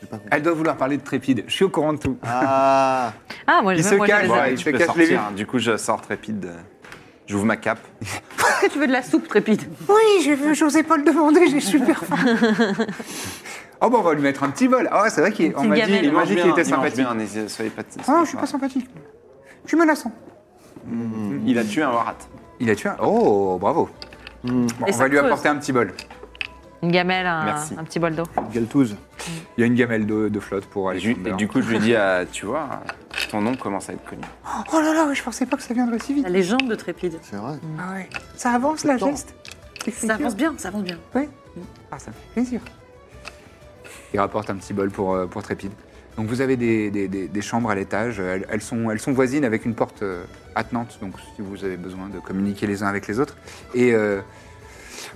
Speaker 6: J'ai pas compris.
Speaker 2: Elle doit vouloir parler de Trépide. Je suis au courant de tout.
Speaker 6: Ah
Speaker 3: Ah, moi,
Speaker 2: Il
Speaker 3: j'ai
Speaker 2: se
Speaker 3: même moi, je
Speaker 2: cache.
Speaker 3: les
Speaker 4: Bon,
Speaker 3: ai.
Speaker 2: Ouais.
Speaker 4: allez,
Speaker 2: je
Speaker 4: tu
Speaker 2: te
Speaker 4: peux
Speaker 2: cache les
Speaker 4: sortir. hein. Du coup, je sors trépide. euh, J'ouvre ma cape.
Speaker 3: Est-ce que tu veux de la soupe trépide
Speaker 2: Oui, je j'osais pas le demander, j'ai super faim. oh, bon, on va lui mettre un petit vol. Ah, c'est vrai qu'on
Speaker 3: petite
Speaker 2: m'a dit,
Speaker 3: gamelle.
Speaker 2: il m'a dit qu'il était sympathique.
Speaker 4: Bien, n'hésitez- soyez Ah, pas- soyez
Speaker 2: Oh, je suis pas sympathique. Je suis menaçant.
Speaker 4: Il a tué un warat.
Speaker 2: Il a tué un. Oh, bravo.
Speaker 6: Hmm.
Speaker 2: Bon,
Speaker 3: Et
Speaker 2: on
Speaker 3: ça
Speaker 2: va lui
Speaker 3: creuse.
Speaker 2: apporter un petit bol.
Speaker 3: Une gamelle, un,
Speaker 4: Merci.
Speaker 3: un petit bol d'eau.
Speaker 6: Galtouze.
Speaker 2: Il y a une gamelle de, de flotte pour
Speaker 4: Et
Speaker 2: aller.
Speaker 4: je-
Speaker 2: prendre
Speaker 4: et
Speaker 2: dehors.
Speaker 4: du coup, je lui dis, ah, tu vois, ton nom commence à être connu.
Speaker 2: Oh là là, je pensais pas que ça viendrait si vite.
Speaker 3: La légende de trépide.
Speaker 6: C'est vrai.
Speaker 2: Ah ouais. Ça avance la geste.
Speaker 3: Ça avance bien, ça avance bien.
Speaker 2: Oui. Ah, ça me fait plaisir. Il rapporte un petit bol pour, euh, pour Trépide. Donc vous avez des, des- des- des chambres à l'étage. Elles, elles sont, elles sont voisines avec une porte euh, attenante, donc si vous avez besoin de communiquer les uns avec les autres. Et euh,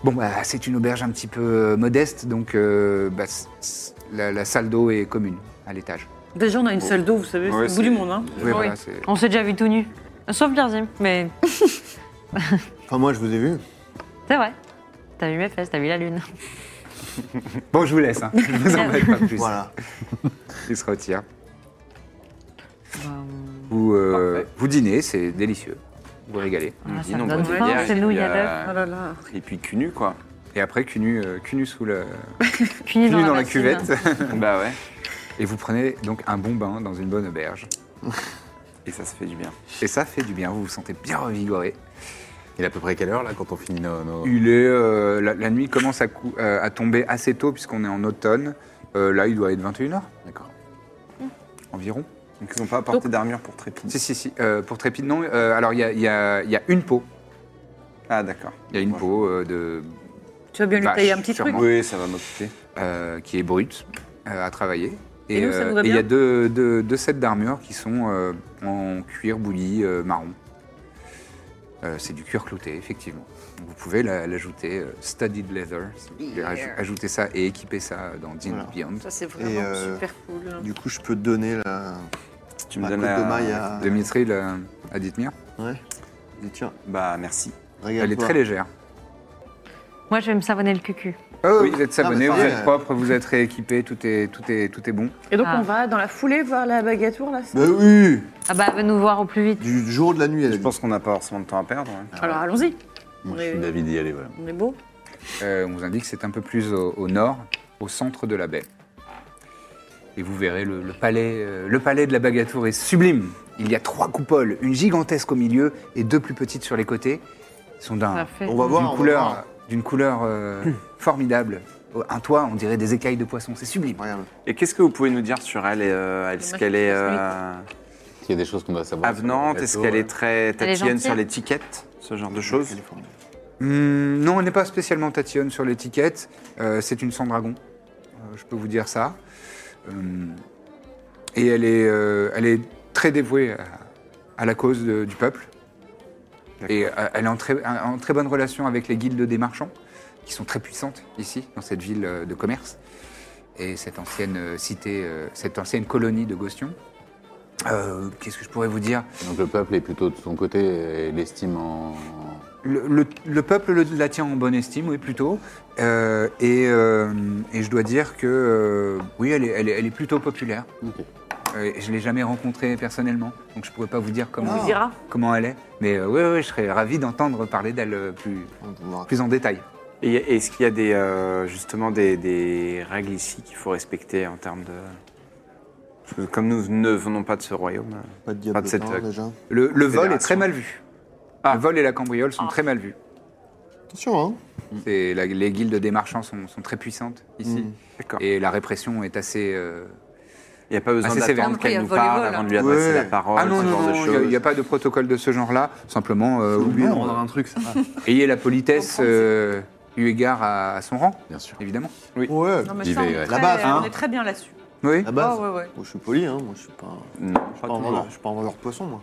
Speaker 2: bon, bah, c'est une auberge un petit peu euh, modeste, donc euh, bah, c- c- la, la salle d'eau est commune à l'étage.
Speaker 3: Déjà, on a une seule d'eau, vous savez,
Speaker 4: Ouais,
Speaker 3: c'est le bout
Speaker 4: c'est-
Speaker 3: du monde. Hein.
Speaker 2: Oui, voilà, c'est-
Speaker 3: On s'est déjà vu tout nu. Sauf Birzim, mais
Speaker 6: Enfin, moi, je vous ai vu.
Speaker 3: c'est vrai. T'as vu mes fesses, t'as vu la lune.
Speaker 2: Mmh, Bon, je vous laisse. hein. Je vous embête pas plus.
Speaker 6: Voilà.
Speaker 2: Il se retire.
Speaker 3: Bah,
Speaker 2: Ben, Vous, euh,
Speaker 4: Parfait.
Speaker 2: vous dînez, c'est délicieux. Vous régalez.
Speaker 3: Ah,
Speaker 4: On
Speaker 3: ça
Speaker 4: dit,
Speaker 3: me
Speaker 4: non,
Speaker 3: donne
Speaker 4: bah,
Speaker 3: faim,
Speaker 4: derrière,
Speaker 3: c'est
Speaker 4: il
Speaker 3: nouilles
Speaker 4: y
Speaker 3: à
Speaker 4: a-
Speaker 3: l'œuf.
Speaker 5: Oh là là.
Speaker 4: Et puis cunu, quoi.
Speaker 2: Et après, cunu, euh, cunu sous la,
Speaker 3: Fini
Speaker 2: cunu dans, la
Speaker 3: bassine.
Speaker 2: cuvette.
Speaker 4: bah ouais.
Speaker 2: Et vous prenez donc un bon bain dans une bonne auberge.
Speaker 4: Et ça se fait du bien.
Speaker 2: Et ça fait du bien, vous vous sentez bien revigoré.
Speaker 7: Il est à peu près quelle heure, là, quand on finit nos... nos-
Speaker 2: Il est, euh, la, la nuit commence à, cou- euh, à tomber assez tôt puisqu'on est en automne. Euh, là, il doit être 21h
Speaker 7: D'accord.
Speaker 2: Hmm. environ.
Speaker 4: Donc ils n'ont pas apporté d'armure pour trépide.
Speaker 2: Si, si, si. Euh, pour Trépide, non. Euh, alors, il y a, il y a- il y a une peau.
Speaker 4: Ah d'accord.
Speaker 2: Il y a une
Speaker 4: Moi,
Speaker 2: peau euh, de,
Speaker 3: Tu vas bien lui
Speaker 2: Vache,
Speaker 3: tailler un petit truc.
Speaker 2: sûrement.
Speaker 4: Oui, ça va m'occuper.
Speaker 2: euh, qui est brute euh, à travailler.
Speaker 3: Et nous, ça nous va
Speaker 2: et il y a
Speaker 3: bien
Speaker 2: deux, deux- deux sets d'armure qui sont euh, en cuir bouli euh, marron. Euh, c'est du cuir clouté, effectivement. Donc Vous pouvez la- l'ajouter, euh, studied leather, si vous voulez aj- ajouter ça et équiper ça euh, dans Din
Speaker 6: Voilà.
Speaker 2: Beyond.
Speaker 3: Ça, c'est
Speaker 6: Et, euh,
Speaker 3: cool.
Speaker 6: Du coup, je peux donner la,
Speaker 4: Tu me
Speaker 6: la
Speaker 4: donnes
Speaker 6: côte
Speaker 4: la...
Speaker 6: de maille à.
Speaker 2: Dimitri l'a- euh, à Dithmir.
Speaker 6: Ouais. Je dis, tiens,
Speaker 4: Bah merci.
Speaker 2: Elle
Speaker 6: regarde.
Speaker 2: est très légère.
Speaker 3: Moi, je vais me savonner le cucu.
Speaker 2: Oh, Vous êtes sabonné,
Speaker 6: mais
Speaker 2: vous
Speaker 6: ça va.
Speaker 2: êtes propre, vous êtes rééquipé, tout est, tout est, tout est bon.
Speaker 5: Et donc,
Speaker 3: Ah.
Speaker 5: on va dans la foulée voir la baguette tour, là c'est-
Speaker 6: Bah oui
Speaker 3: Ah bah, va nous voir au plus vite.
Speaker 6: Du jour ou de la nuit, elle
Speaker 4: Je
Speaker 6: a dit.
Speaker 4: pense qu'on n'a pas forcément de temps à perdre. hein.
Speaker 5: Alors, allons-y.
Speaker 7: Bah, Moi,
Speaker 5: On
Speaker 7: je suis
Speaker 5: est,
Speaker 7: David d'y aller, voilà.
Speaker 5: on est beau.
Speaker 2: Euh, on vous indique que c'est un peu plus au, au nord, au centre de la baie. Et vous verrez, le, le palais, euh, le palais de la Bagatour est sublime. Il y a trois coupoles, une gigantesque au milieu et deux plus petites sur les côtés. Ils sont d'un-
Speaker 3: Parfait.
Speaker 6: On va voir. on
Speaker 2: d'une
Speaker 6: va
Speaker 2: couleur,
Speaker 6: voir.
Speaker 2: d'une couleur euh, formidable. Un toit, on dirait des écailles de poisson, c'est sublime.
Speaker 6: Regarde.
Speaker 4: Et qu'est-ce que vous pouvez nous dire sur elle et, euh, Est-ce
Speaker 5: Moi,
Speaker 4: qu'elle
Speaker 5: je
Speaker 4: est,
Speaker 5: pense que oui.
Speaker 4: euh,
Speaker 7: Est-ce qu'il y a des choses qu'on doit savoir sur le
Speaker 4: avenante
Speaker 7: bateau,
Speaker 4: Est-ce qu'elle est
Speaker 7: euh,
Speaker 4: très tatillonne
Speaker 3: gentille.
Speaker 4: sur l'étiquette Ce genre de choses
Speaker 6: Elle est formidable.
Speaker 2: Hmm, non, on n'est pas spécialement tatillonne sur l'étiquette. Euh, c'est une sans dragon, Euh, je peux vous dire ça. Hum, et elle est, euh, elle est très dévouée à, à la cause de- du peuple. Et euh, elle est en très, en très bonne relation avec les guildes des marchands, qui sont très puissantes ici, dans cette ville euh, de commerce. Et cette ancienne euh, cité, euh, cette ancienne colonie de Gostion. Euh, Qu'est-ce que je pourrais vous dire
Speaker 7: Donc le peuple est plutôt de son côté et l'estime en...
Speaker 2: Le, le- le peuple le- la tient en bonne estime, oui, plutôt. Euh, et, euh, et je dois dire que, euh, oui, elle est, elle est- elle est plutôt populaire.
Speaker 7: Ok.
Speaker 2: Euh, je ne l'ai jamais rencontrée personnellement, donc je ne pourrais pas vous dire comment,
Speaker 3: vous dira.
Speaker 7: Oh.
Speaker 2: comment elle est. Mais euh, oui, oui, je serais ravi d'entendre parler d'elle euh, plus,
Speaker 6: On va-
Speaker 2: plus en détail.
Speaker 4: Et y a- est-ce qu'il y a des, euh, justement des, des règles ici qu'il faut respecter en termes de... Parce que comme nous ne venons pas de ce royaume... euh,
Speaker 6: Pas de
Speaker 4: Pas de cette-
Speaker 6: diable déjà.
Speaker 2: Le, le vol est
Speaker 4: Fédération.
Speaker 2: très mal vu. Le vol et la cambriole sont très mal vus.
Speaker 6: Attention, hein.
Speaker 2: C'est la- les guildes des marchands sont, sont très puissantes ici.
Speaker 4: D'accord.
Speaker 2: Et la répression est assez... euh,
Speaker 4: Il n'y a pas besoin
Speaker 2: Assez sévère.
Speaker 4: d'attendre qu'elle
Speaker 5: Après,
Speaker 4: nous
Speaker 5: il y a
Speaker 4: parle
Speaker 5: volley-voll,
Speaker 4: avant de lui adresser
Speaker 6: Ouais.
Speaker 4: la parole,
Speaker 2: ah non,
Speaker 4: ce genre
Speaker 2: non,
Speaker 4: de
Speaker 2: non, il
Speaker 4: choses.
Speaker 2: n'y a, pas de protocole de ce genre-là. Simplement, euh,
Speaker 6: Oubliez de
Speaker 2: on-
Speaker 6: rendre un truc, ça va.
Speaker 2: Ayez la politesse euh, eu égard à, à son rang,
Speaker 7: Bien sûr.
Speaker 2: évidemment.
Speaker 6: Ouais.
Speaker 5: Non, mais
Speaker 7: J'y
Speaker 5: ça, on,
Speaker 7: vais,
Speaker 5: est
Speaker 7: ouais.
Speaker 5: très,
Speaker 6: Là-bas,
Speaker 5: on
Speaker 6: hein.
Speaker 5: est très bien là-dessus.
Speaker 2: Oui.
Speaker 6: La
Speaker 5: Ah
Speaker 6: base.
Speaker 5: ouais, ouais.
Speaker 6: Bon, je suis poli, hein. Moi, je suis pas.
Speaker 4: Non, pas
Speaker 6: Je suis pas
Speaker 4: tout
Speaker 6: un
Speaker 4: le monde.
Speaker 6: vendeur- je suis pas un vendeur de poisson, moi.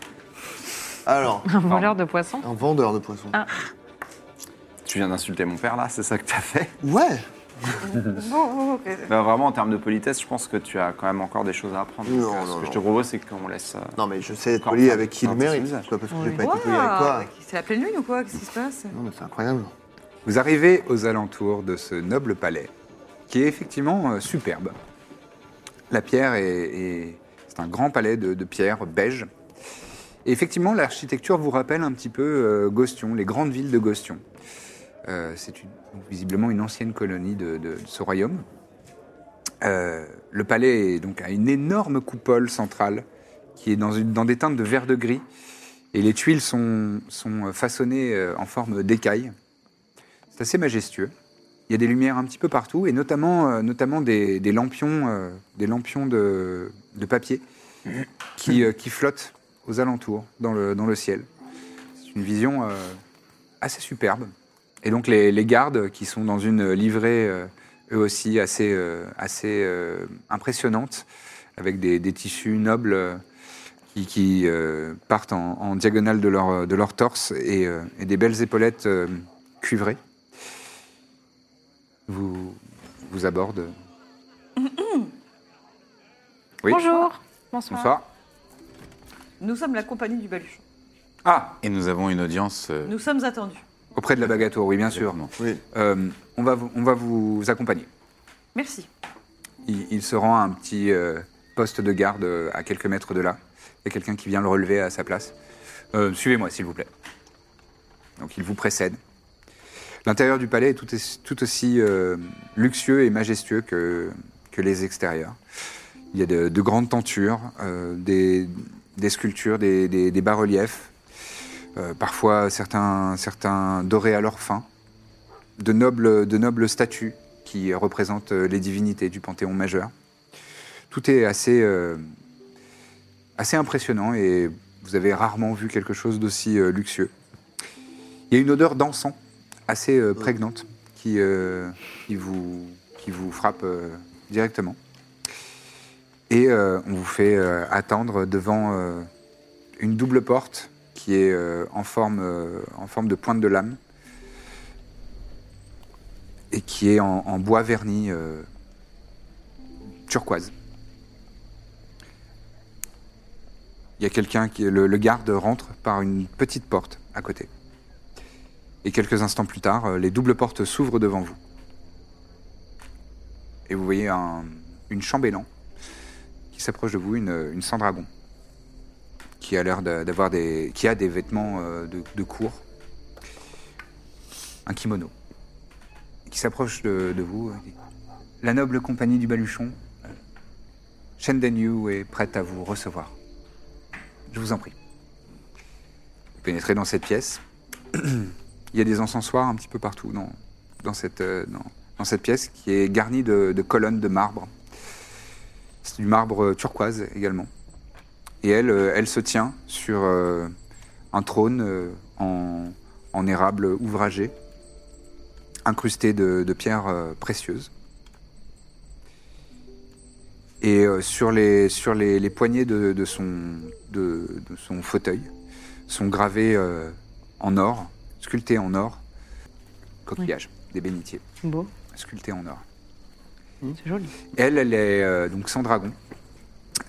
Speaker 6: Alors,
Speaker 3: Un voleur de poissons
Speaker 6: un vendeur de poissons.
Speaker 5: Ah.
Speaker 4: Tu viens d'insulter mon père là, c'est ça que t'as fait
Speaker 6: Ouais
Speaker 4: Non, Vraiment, en termes de politesse, je pense que tu as quand même encore des choses à apprendre.
Speaker 6: Non,
Speaker 4: Donc, euh,
Speaker 6: non,
Speaker 4: ce que
Speaker 6: non.
Speaker 4: je te propose, c'est qu'on laisse. euh,
Speaker 6: Non, mais je sais être
Speaker 4: Encore
Speaker 6: poli
Speaker 4: un-
Speaker 6: avec qui
Speaker 4: un
Speaker 6: le mérite.
Speaker 4: personnage.
Speaker 6: C'est pas parce que j'ai pas été poli avec toi.
Speaker 5: Ouah, C'est la pleine lune ou quoi Qu'est-ce qui se passe
Speaker 6: Non, mais c'est incroyable.
Speaker 2: Vous arrivez aux alentours de ce noble palais, qui est effectivement euh, superbe. La pierre est, est- c'est un grand palais de, de pierre beige. Et effectivement, l'architecture vous rappelle un petit peu euh, Gostion, les grandes villes de Gostion. Euh, c'est une- donc visiblement une ancienne colonie de, de- de ce royaume. Euh, le palais est donc à une énorme coupole centrale qui est dans, une- dans des teintes de vert de gris. Et les tuiles sont, sont façonnées euh, en forme d'écailles. C'est assez majestueux. Il y a des lumières un petit peu partout, et notamment, euh, notamment des, des lampions, euh, des lampions de, de papier qui, euh, qui flottent aux alentours, dans le, dans le ciel. C'est une vision euh, assez superbe. Et donc les, les gardes, qui sont dans une livrée, euh, eux aussi, assez, euh, assez euh, impressionnante, avec des, des tissus nobles euh, qui, qui, euh, partent en, en diagonale de leur, de leur torse, et, euh, et des belles épaulettes euh, cuivrées vous, vous aborde. Oui.
Speaker 3: Bonjour. Bonsoir.
Speaker 2: Bonsoir.
Speaker 5: Nous sommes la compagnie du baluchon.
Speaker 2: Ah,
Speaker 7: Et nous avons une audience. euh,
Speaker 5: Nous sommes attendus.
Speaker 2: auprès de la Bagatour, oui, bien sûr.
Speaker 7: Exactement.
Speaker 6: Oui.
Speaker 2: Euh, on, va, vous- on va vous accompagner.
Speaker 5: Merci.
Speaker 2: Il, il se rend à un petit euh, poste de garde euh, à quelques mètres de là. Il y a quelqu'un qui vient le relever à sa place. Euh, Suivez-moi, s'il vous plaît. Donc il vous précède. L'intérieur du palais est tout, es- tout aussi euh, luxueux et majestueux que, que les extérieurs. Il y a de, de grandes tentures, euh, des, des sculptures, des, des- des bas-reliefs, euh, parfois certains, certains dorés à leur fin, de nobles, de nobles statues qui représentent euh, les divinités du Panthéon majeur. Tout est assez, euh, assez impressionnant et vous avez rarement vu quelque chose d'aussi euh, luxueux. Il y a une odeur d'encens assez euh, prégnante qui, euh, qui, vous, qui vous frappe euh, directement. Et euh, on vous fait euh, attendre devant euh, une double porte qui est euh, en, forme, euh, en forme de pointe de lame et qui est en, en bois verni euh, turquoise. Il y a quelqu'un qui le, le garde rentre par une petite porte à côté. Et quelques instants plus tard, euh, les doubles portes s'ouvrent devant vous. Et vous voyez un- une chambellan qui s'approche de vous, une, une sandragon, qui a l'air d'a- d'avoir des, qui a des vêtements euh, de, de cour, un kimono qui s'approche de, de vous. euh, dit, La noble compagnie du Baluchon, euh, Shenden Yu est prête à vous recevoir. Je vous en prie. Vous pénétrez dans cette pièce. Il y a des encensoirs un petit peu partout dans, dans, cette, euh, dans, dans cette pièce qui est garnie de, de colonnes de marbre. C'est du marbre euh, turquoise également. Et elle, euh, elle se tient sur euh, un trône euh, en, en érable ouvragé incrusté de, de pierres euh, précieuses. Et euh, sur les, sur les, les poignées de, de son, de, de son fauteuil sont gravés euh, en or, sculptés en or, coquillages, des bénitiers,
Speaker 3: Beau.
Speaker 2: sculptés en or.
Speaker 3: C'est joli.
Speaker 2: Elle, elle est euh, donc sans dragon.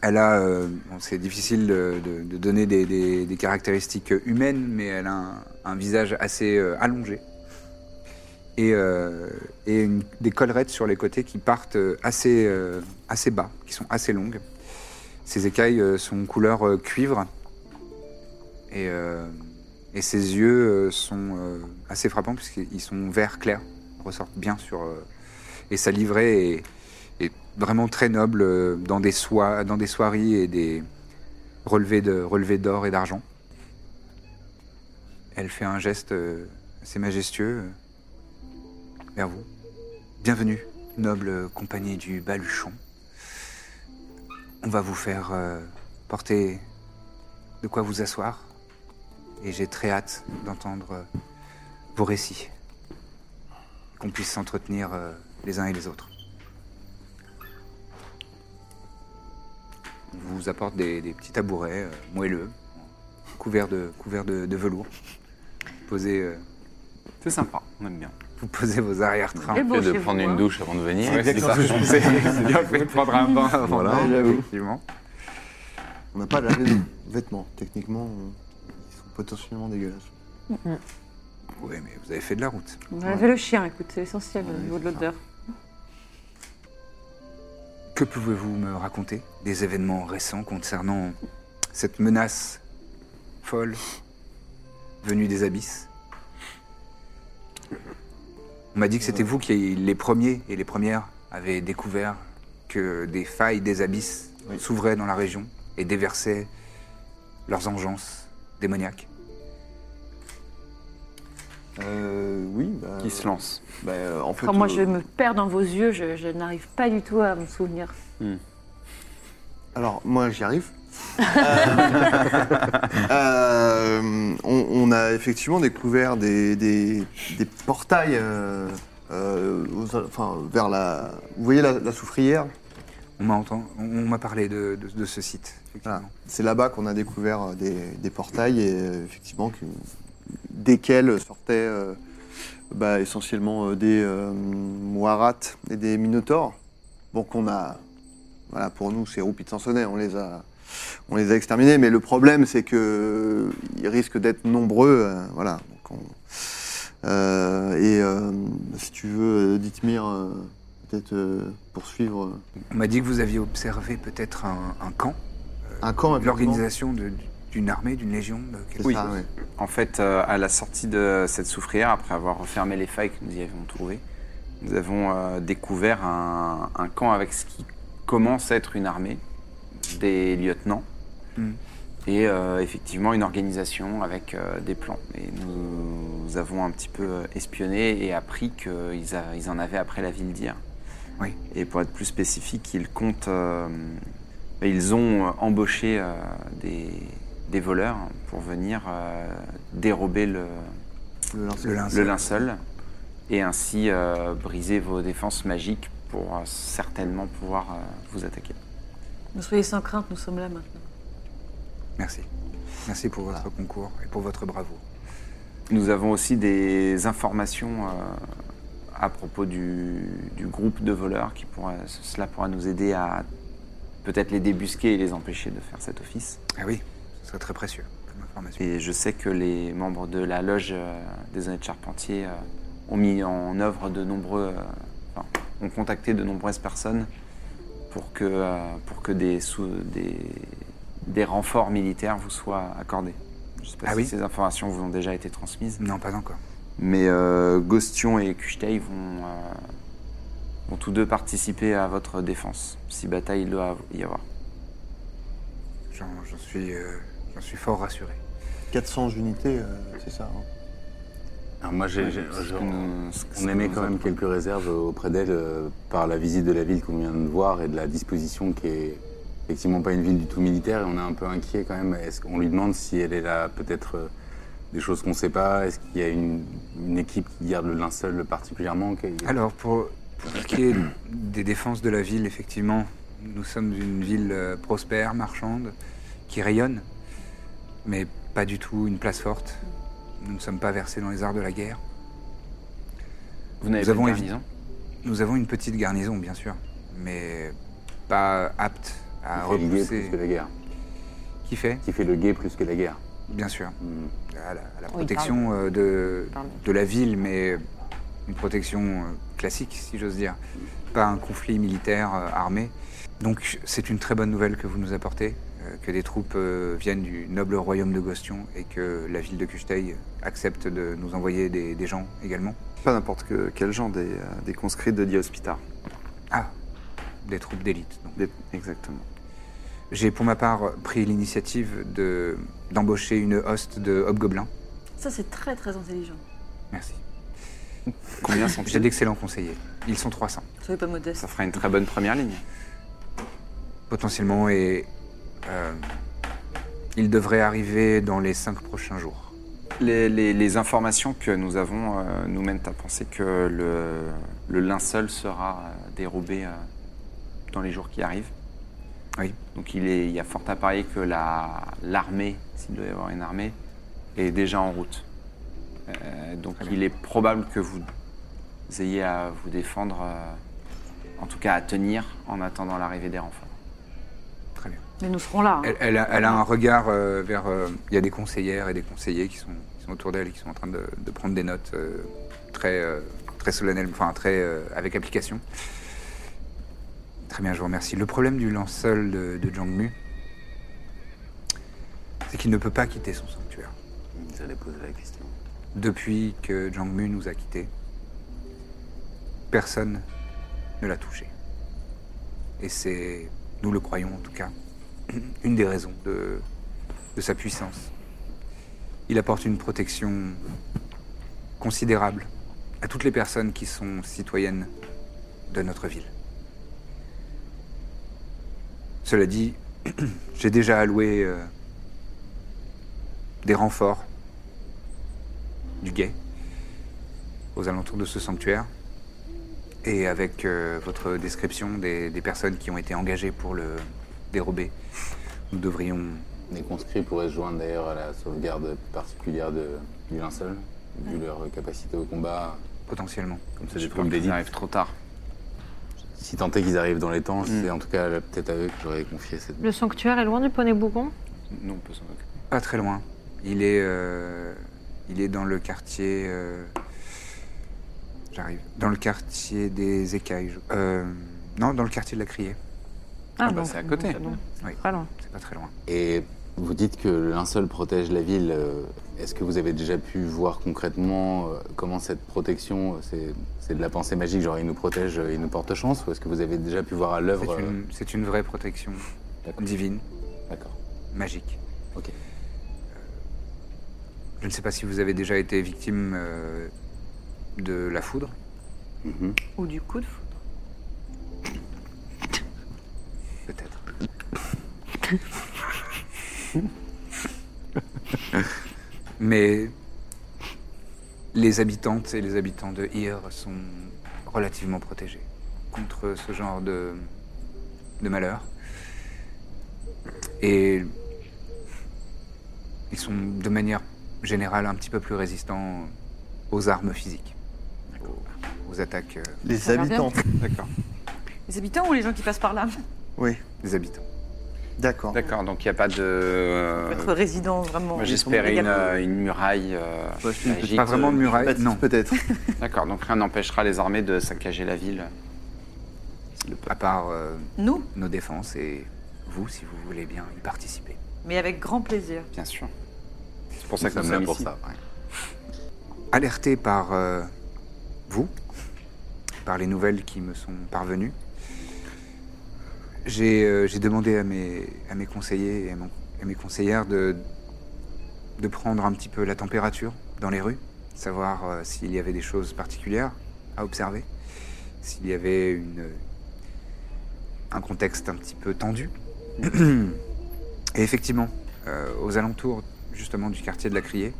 Speaker 2: Elle a, euh, bon, c'est difficile de, de- de donner des, des- des caractéristiques humaines, mais elle a un, un visage assez euh, allongé et, euh, et une- des collerettes sur les côtés qui partent euh, assez, euh, assez bas, qui sont assez longues. Ses écailles euh, sont couleur euh, cuivre et, euh, et ses yeux euh, sont euh, assez frappants puisqu'ils sont vert clair, ressortent bien sur euh, et sa livrée est, est vraiment très nobles, euh, dans des, soies, dans des soieries et des relevés de- relevés d'or et d'argent. Elle fait un geste euh, assez majestueux euh, vers vous. Bienvenue, noble compagnie du Baluchon. On va vous faire euh, porter de quoi vous asseoir et j'ai très hâte d'entendre euh, vos récits, qu'on puisse s'entretenir euh, les uns et les autres. On vous apporte des, des petits tabourets euh, moelleux, couverts de, couverts de, de velours. Posez, euh,
Speaker 4: C'est sympa, on aime bien.
Speaker 2: vous posez vos arrière-trains.
Speaker 3: Et beau
Speaker 7: Fait
Speaker 3: chez
Speaker 7: de
Speaker 3: vous,
Speaker 7: prendre
Speaker 3: hein.
Speaker 7: une douche avant de venir.
Speaker 4: Ouais,
Speaker 7: c'est ça.
Speaker 4: ce que je pensais. C'est bien que vous prendre un bain avant.
Speaker 6: Voilà,
Speaker 4: d'aller,
Speaker 6: j'avoue.
Speaker 4: effectivement.
Speaker 6: On n'a pas lavé nos vêtements. Techniquement, on- ils sont potentiellement dégueulasses.
Speaker 2: Oui, mais vous avez fait de la route.
Speaker 5: On a lavé le chien, écoute, c'est l'essentiel au niveau de l'odeur.
Speaker 2: Que pouvez-vous me raconter des événements récents concernant cette menace folle venue des abysses On m'a dit que c'était vous qui, les premiers et les premières, avez découvert que des failles des abysses
Speaker 6: Oui.
Speaker 2: s'ouvraient dans la région et déversaient leurs engeances démoniaques.
Speaker 6: Euh, oui, bah.
Speaker 4: Qui se lance.
Speaker 6: bah, euh, en fait,
Speaker 5: Quand moi
Speaker 6: euh,
Speaker 5: je me perds dans vos yeux, je, je n'arrive pas du tout à me souvenir.
Speaker 6: Alors, moi, j'y arrive. Euh, euh, on, on a effectivement découvert des, des- des portails euh, euh, aux- enfin, vers la. Vous voyez la, la soufrière
Speaker 2: On m'a entendu, on, on m'a parlé de, de- de ce site.
Speaker 6: Voilà.
Speaker 2: effectivement.
Speaker 6: C'est là-bas qu'on a découvert euh, des, des portails et euh, effectivement que- desquels sortaient euh, bah, essentiellement euh, des euh, moirats et des minotaures. Donc on a, voilà, pour nous c'est roupies de Sansonnet, on les a, on les a exterminés. Mais le problème c'est que ils risquent d'être nombreux, euh, voilà. Donc on- euh, et euh, si tu veux, euh, Dithmir, euh, peut-être euh, poursuivre euh,
Speaker 2: On m'a dit que vous aviez observé peut-être un- un camp
Speaker 6: un camp.
Speaker 2: L'organisation de- d'une armée, d'une légion de quelque
Speaker 6: Oui.
Speaker 2: chose.
Speaker 6: Ça, ouais.
Speaker 4: En fait, euh, à la sortie de cette soufrière, après avoir refermé les failles que nous y avions trouvées, nous avons euh, découvert un, un camp avec ce qui commence à être une armée, des lieutenants,
Speaker 2: Mm.
Speaker 4: et euh, effectivement une organisation avec euh, des plans. Et nous, avons un petit peu euh, espionné et appris qu'ils a- ils en avaient après la ville d'Ir.
Speaker 2: Oui.
Speaker 4: Et pour être plus spécifique, ils comptent. euh, ils ont euh, embauché euh, des, des voleurs pour venir euh, dérober le,
Speaker 6: Le linceul.
Speaker 2: Le linceul.
Speaker 4: le linceul et ainsi euh, briser vos défenses magiques pour euh, certainement pouvoir euh, vous attaquer.
Speaker 5: Ne soyez sans crainte, nous sommes là maintenant.
Speaker 2: Merci. Merci pour votre concours et pour votre bravoure.
Speaker 4: Nous avons aussi des informations euh, à propos du, du groupe de voleurs qui pourra, cela pourra nous aider à peut-être les débusquer et les empêcher de faire cet office.
Speaker 2: Ah oui, ce serait très précieux comme information.
Speaker 4: Et je sais que les membres de la loge euh, des honnêtes charpentiers euh, ont mis en œuvre de nombreux, euh, enfin, ont contacté de nombreuses personnes pour que, euh, pour que des, sous- des, des renforts militaires vous soient accordés. Je ne sais pas
Speaker 2: Ah
Speaker 4: si
Speaker 2: oui
Speaker 4: ces informations vous ont déjà été transmises,
Speaker 2: Non, pas encore.
Speaker 4: mais euh, Gostion et Kuchtei vont, euh, vont tous deux participer à votre défense, si bataille il doit y avoir.
Speaker 2: J'en j'en suis, euh, j'en suis fort rassuré.
Speaker 6: 400 unités, euh, c'est ça. hein.
Speaker 7: Alors Ah, moi, j'ai- j'ai-
Speaker 4: Ce que
Speaker 7: je-
Speaker 4: nous- ce que- ce
Speaker 7: on
Speaker 4: que
Speaker 7: émet
Speaker 4: nous
Speaker 7: quand même
Speaker 4: apprend.
Speaker 7: quelques réserves auprès d'elle euh, par la visite de la ville qu'on vient de voir et de la disposition qui est effectivement pas une ville du tout militaire et on est un peu inquiet quand même. Est-ce qu'on lui demande si elle est là peut-être euh, des choses qu'on ne sait pas Est-ce qu'il y a une, une équipe qui garde le linceul particulièrement Qu'il y a-
Speaker 2: Alors, pour, pour ce qui est des défenses de la ville, effectivement, nous sommes une ville euh, prospère, marchande, qui rayonne, mais pas du tout une place forte. Nous ne sommes pas versés dans les arts de la guerre.
Speaker 4: Vous n'avez
Speaker 2: Nous
Speaker 4: pas de
Speaker 2: avons évi-
Speaker 4: garnison
Speaker 2: Nous avons une petite garnison, bien sûr, mais pas apte à
Speaker 7: qui fait le guet
Speaker 2: repousser.
Speaker 7: plus que la guerre
Speaker 2: Qui fait
Speaker 7: Qui fait le guet plus que la guerre
Speaker 2: Bien sûr.
Speaker 7: Hmm.
Speaker 2: à la, à la
Speaker 3: Oui,
Speaker 2: protection euh, de,
Speaker 3: Pardon.
Speaker 2: de la ville, mais euh, une protection euh, classique, si j'ose dire. Pas un conflit militaire euh, armé. Donc c'est une très bonne nouvelle que vous nous apportez, euh, que des troupes euh, viennent du noble royaume de Gostion et que la ville de Custeil accepte de nous envoyer des, des gens également.
Speaker 4: euh, Pas n'importe quel genre, des, conscrits de Diospitar.
Speaker 2: Ah, des troupes d'élite. donc.
Speaker 4: Des- Exactement.
Speaker 2: J'ai pour ma part pris l'initiative de- d'embaucher une hoste de hobgoblins.
Speaker 5: Ça, c'est très très intelligent.
Speaker 2: Merci.
Speaker 4: Combien sont
Speaker 2: J'ai d'excellents conseillers. Ils sont 300.
Speaker 5: Soyez pas modeste.
Speaker 4: Ça fera une très bonne première ligne.
Speaker 2: potentiellement et euh, il devrait arriver dans les cinq prochains jours.
Speaker 4: Les, les- les informations que nous avons euh, nous mènent à penser que le, le linceul sera euh, dérobé euh, dans les jours qui arrivent.
Speaker 2: Oui.
Speaker 4: Donc il, est, il y a fort à parier que la- l'armée, s'il doit y avoir une armée, est déjà en route. Euh, donc
Speaker 2: Très bien.
Speaker 4: il est probable que vous ayez à vous défendre, euh, en tout cas à tenir, en attendant l'arrivée des renforts.
Speaker 2: Très bien.
Speaker 5: Mais nous serons là. hein.
Speaker 2: Elle, elle a, elle a un regard euh, vers. euh, il y a des conseillères et des conseillers qui sont, qui sont autour d'elle et qui sont en train de, de prendre des notes euh, très, euh, très solennelles, enfin très euh, avec application. Très bien, je vous remercie. Le problème du linceul de, de Jangmu, c'est qu'il ne peut pas quitter son sanctuaire.
Speaker 7: J'allais poser la question.
Speaker 2: Depuis que Jangmu nous a quittés, personne ne l'a touché. Et c'est, nous le croyons en tout cas, une des raisons de, de sa puissance. Il apporte une protection considérable à toutes les personnes qui sont citoyennes de notre ville. Cela dit, j'ai déjà alloué euh, des renforts du guet aux alentours de ce sanctuaire. Et avec euh, votre description des, des personnes qui ont été engagées pour le dérober, nous devrions.
Speaker 7: Les conscrits pourraient se joindre d'ailleurs à la sauvegarde particulière de, du linceul, vu leur capacité au combat.
Speaker 2: Potentiellement.
Speaker 7: Comme ça,
Speaker 4: Je
Speaker 7: j'ai
Speaker 4: pense
Speaker 7: trouvé
Speaker 4: qu'ils
Speaker 7: d'élite.
Speaker 4: arrivent trop tard.
Speaker 7: Si tant est qu'ils arrivent dans les
Speaker 2: Mm.
Speaker 7: temps, c'est en tout cas là, peut-être à eux que j'aurais confié cette.
Speaker 3: Le sanctuaire est loin du poney Bougon
Speaker 4: Nous, on peut s'en occuper.
Speaker 2: Pas très loin. Il est, euh, il est dans le quartier. euh, J'arrive. Dans le quartier des écailles. je- euh, non, dans le quartier de la Criée.
Speaker 3: Ah,
Speaker 4: bah, c'est à côté.
Speaker 3: bon,
Speaker 2: Oui.
Speaker 3: Pas loin.
Speaker 2: C'est pas très loin.
Speaker 7: Et vous dites que le linceul protège la ville. euh, Est-ce que vous avez déjà pu voir concrètement euh, comment cette protection, euh, c'est- c'est de la pensée magique, genre il nous protège, euh, il nous porte chance, ou est-ce que vous avez déjà pu voir à
Speaker 2: C'est
Speaker 4: euh,
Speaker 7: l'œuvre
Speaker 2: une, c'est une vraie protection
Speaker 7: euh, D'accord.
Speaker 2: divine,
Speaker 7: D'accord.
Speaker 2: magique. Euh,
Speaker 7: Ok.
Speaker 2: Je ne sais pas si vous avez déjà été victime euh, de la foudre.
Speaker 7: Mhm.
Speaker 5: Ou du coup de foudre.
Speaker 2: Peut-être. Mais les habitantes et les habitants de Hyr sont relativement protégés contre ce genre de, de malheur. Et ils sont de manière générale un petit peu plus résistants aux armes physiques, aux, aux attaques euh,
Speaker 6: Les
Speaker 5: regarde
Speaker 6: habitants.
Speaker 5: Les habitants ou les gens qui passent par là
Speaker 6: Oui,
Speaker 2: des habitants.
Speaker 6: d'accord.
Speaker 4: D'accord, donc il n'y a pas de.
Speaker 5: Votre résident vraiment.
Speaker 4: Moi j'espérais
Speaker 5: Ils sont
Speaker 4: une,
Speaker 5: méga-
Speaker 4: euh, une muraille. euh,
Speaker 6: Bah, je suis
Speaker 4: magique.
Speaker 2: Pas vraiment de muraille,
Speaker 6: Baptiste,
Speaker 2: non.
Speaker 6: peut-être.
Speaker 4: D'accord, donc rien n'empêchera les armées de saccager la ville.
Speaker 2: À part euh,
Speaker 5: Nous,
Speaker 2: nos défenses et vous, si vous voulez bien y participer.
Speaker 5: mais avec grand plaisir.
Speaker 4: Bien sûr. C'est pour ça que
Speaker 7: Nous
Speaker 4: nous
Speaker 7: sommes là
Speaker 4: sommes
Speaker 7: pour
Speaker 4: ici.
Speaker 7: ça. ouais.
Speaker 2: Alerté par euh, vous, par les nouvelles qui me sont parvenues, j'ai euh, j'ai demandé à mes, à mes conseillers et à, mon- à mes conseillères de, de prendre un petit peu la température dans les rues, savoir euh, s'il y avait des choses particulières à observer, s'il y avait une, un contexte un petit peu tendu. Et effectivement, euh, aux alentours justement du quartier de la Criée,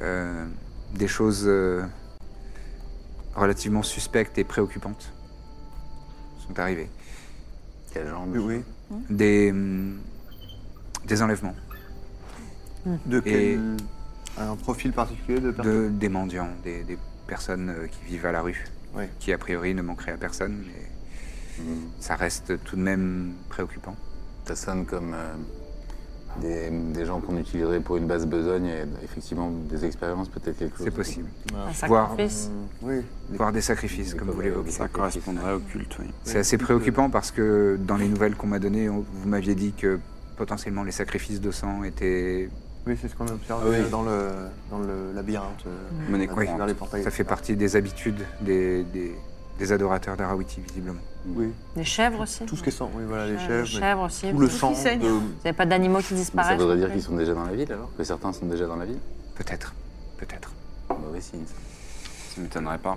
Speaker 2: euh, des choses euh, relativement suspectes et préoccupantes sont arrivées.
Speaker 7: Quel genre de
Speaker 6: Oui, oui.
Speaker 2: Des, hum, des enlèvements,
Speaker 6: De
Speaker 2: Et-
Speaker 6: quel... euh, Un profil particulier de personne
Speaker 2: de, des mendiants, des, des personnes euh, qui vivent à la rue,
Speaker 6: Oui.
Speaker 2: qui a priori ne manqueraient à personne, mais ça reste tout de même préoccupant.
Speaker 7: Ça sonne comme euh, des, des gens qu'on utiliserait pour une base besogne et effectivement des expériences, peut-être quelque chose.
Speaker 2: C'est possible.
Speaker 6: Ah,
Speaker 3: Un
Speaker 2: Voir-
Speaker 3: sacrifice.
Speaker 6: Euh, Oui. les-
Speaker 2: Voire des sacrifices,
Speaker 7: Des
Speaker 2: comme vous
Speaker 7: cobayes,
Speaker 2: l'évoquez.
Speaker 7: des sacrifices.
Speaker 4: correspondrait au culte, oui.
Speaker 2: C'est assez préoccupant parce que dans les nouvelles qu'on m'a données, on- vous m'aviez dit que potentiellement les sacrifices de sang étaient
Speaker 6: Oui, c'est ce qu'on observe
Speaker 4: Ah oui.
Speaker 6: euh, dans, le, dans le labyrinthe. euh,
Speaker 4: Monnaie
Speaker 6: vers-
Speaker 4: courante.
Speaker 6: vers les portails.
Speaker 2: Ça fait partie des habitudes des, des, Des adorateurs d'Arawiti, visiblement.
Speaker 6: Oui.
Speaker 3: Des chèvres aussi
Speaker 6: Tout ce qui est sang, oui, voilà, les
Speaker 3: Euh,
Speaker 6: chèvres. mais
Speaker 3: chèvres aussi.
Speaker 6: Tout le
Speaker 3: Vous
Speaker 6: sang
Speaker 5: saigne.
Speaker 6: de-
Speaker 3: n'avez pas d'animaux qui
Speaker 7: Mais ça
Speaker 3: disparaissent
Speaker 7: voudrait dire qu'ils sont déjà dans la ville alors Que certains sont déjà dans la ville
Speaker 2: Peut-être. Peut-être.
Speaker 7: Mauvais signe. ça.
Speaker 4: Ça m'étonnerait pas.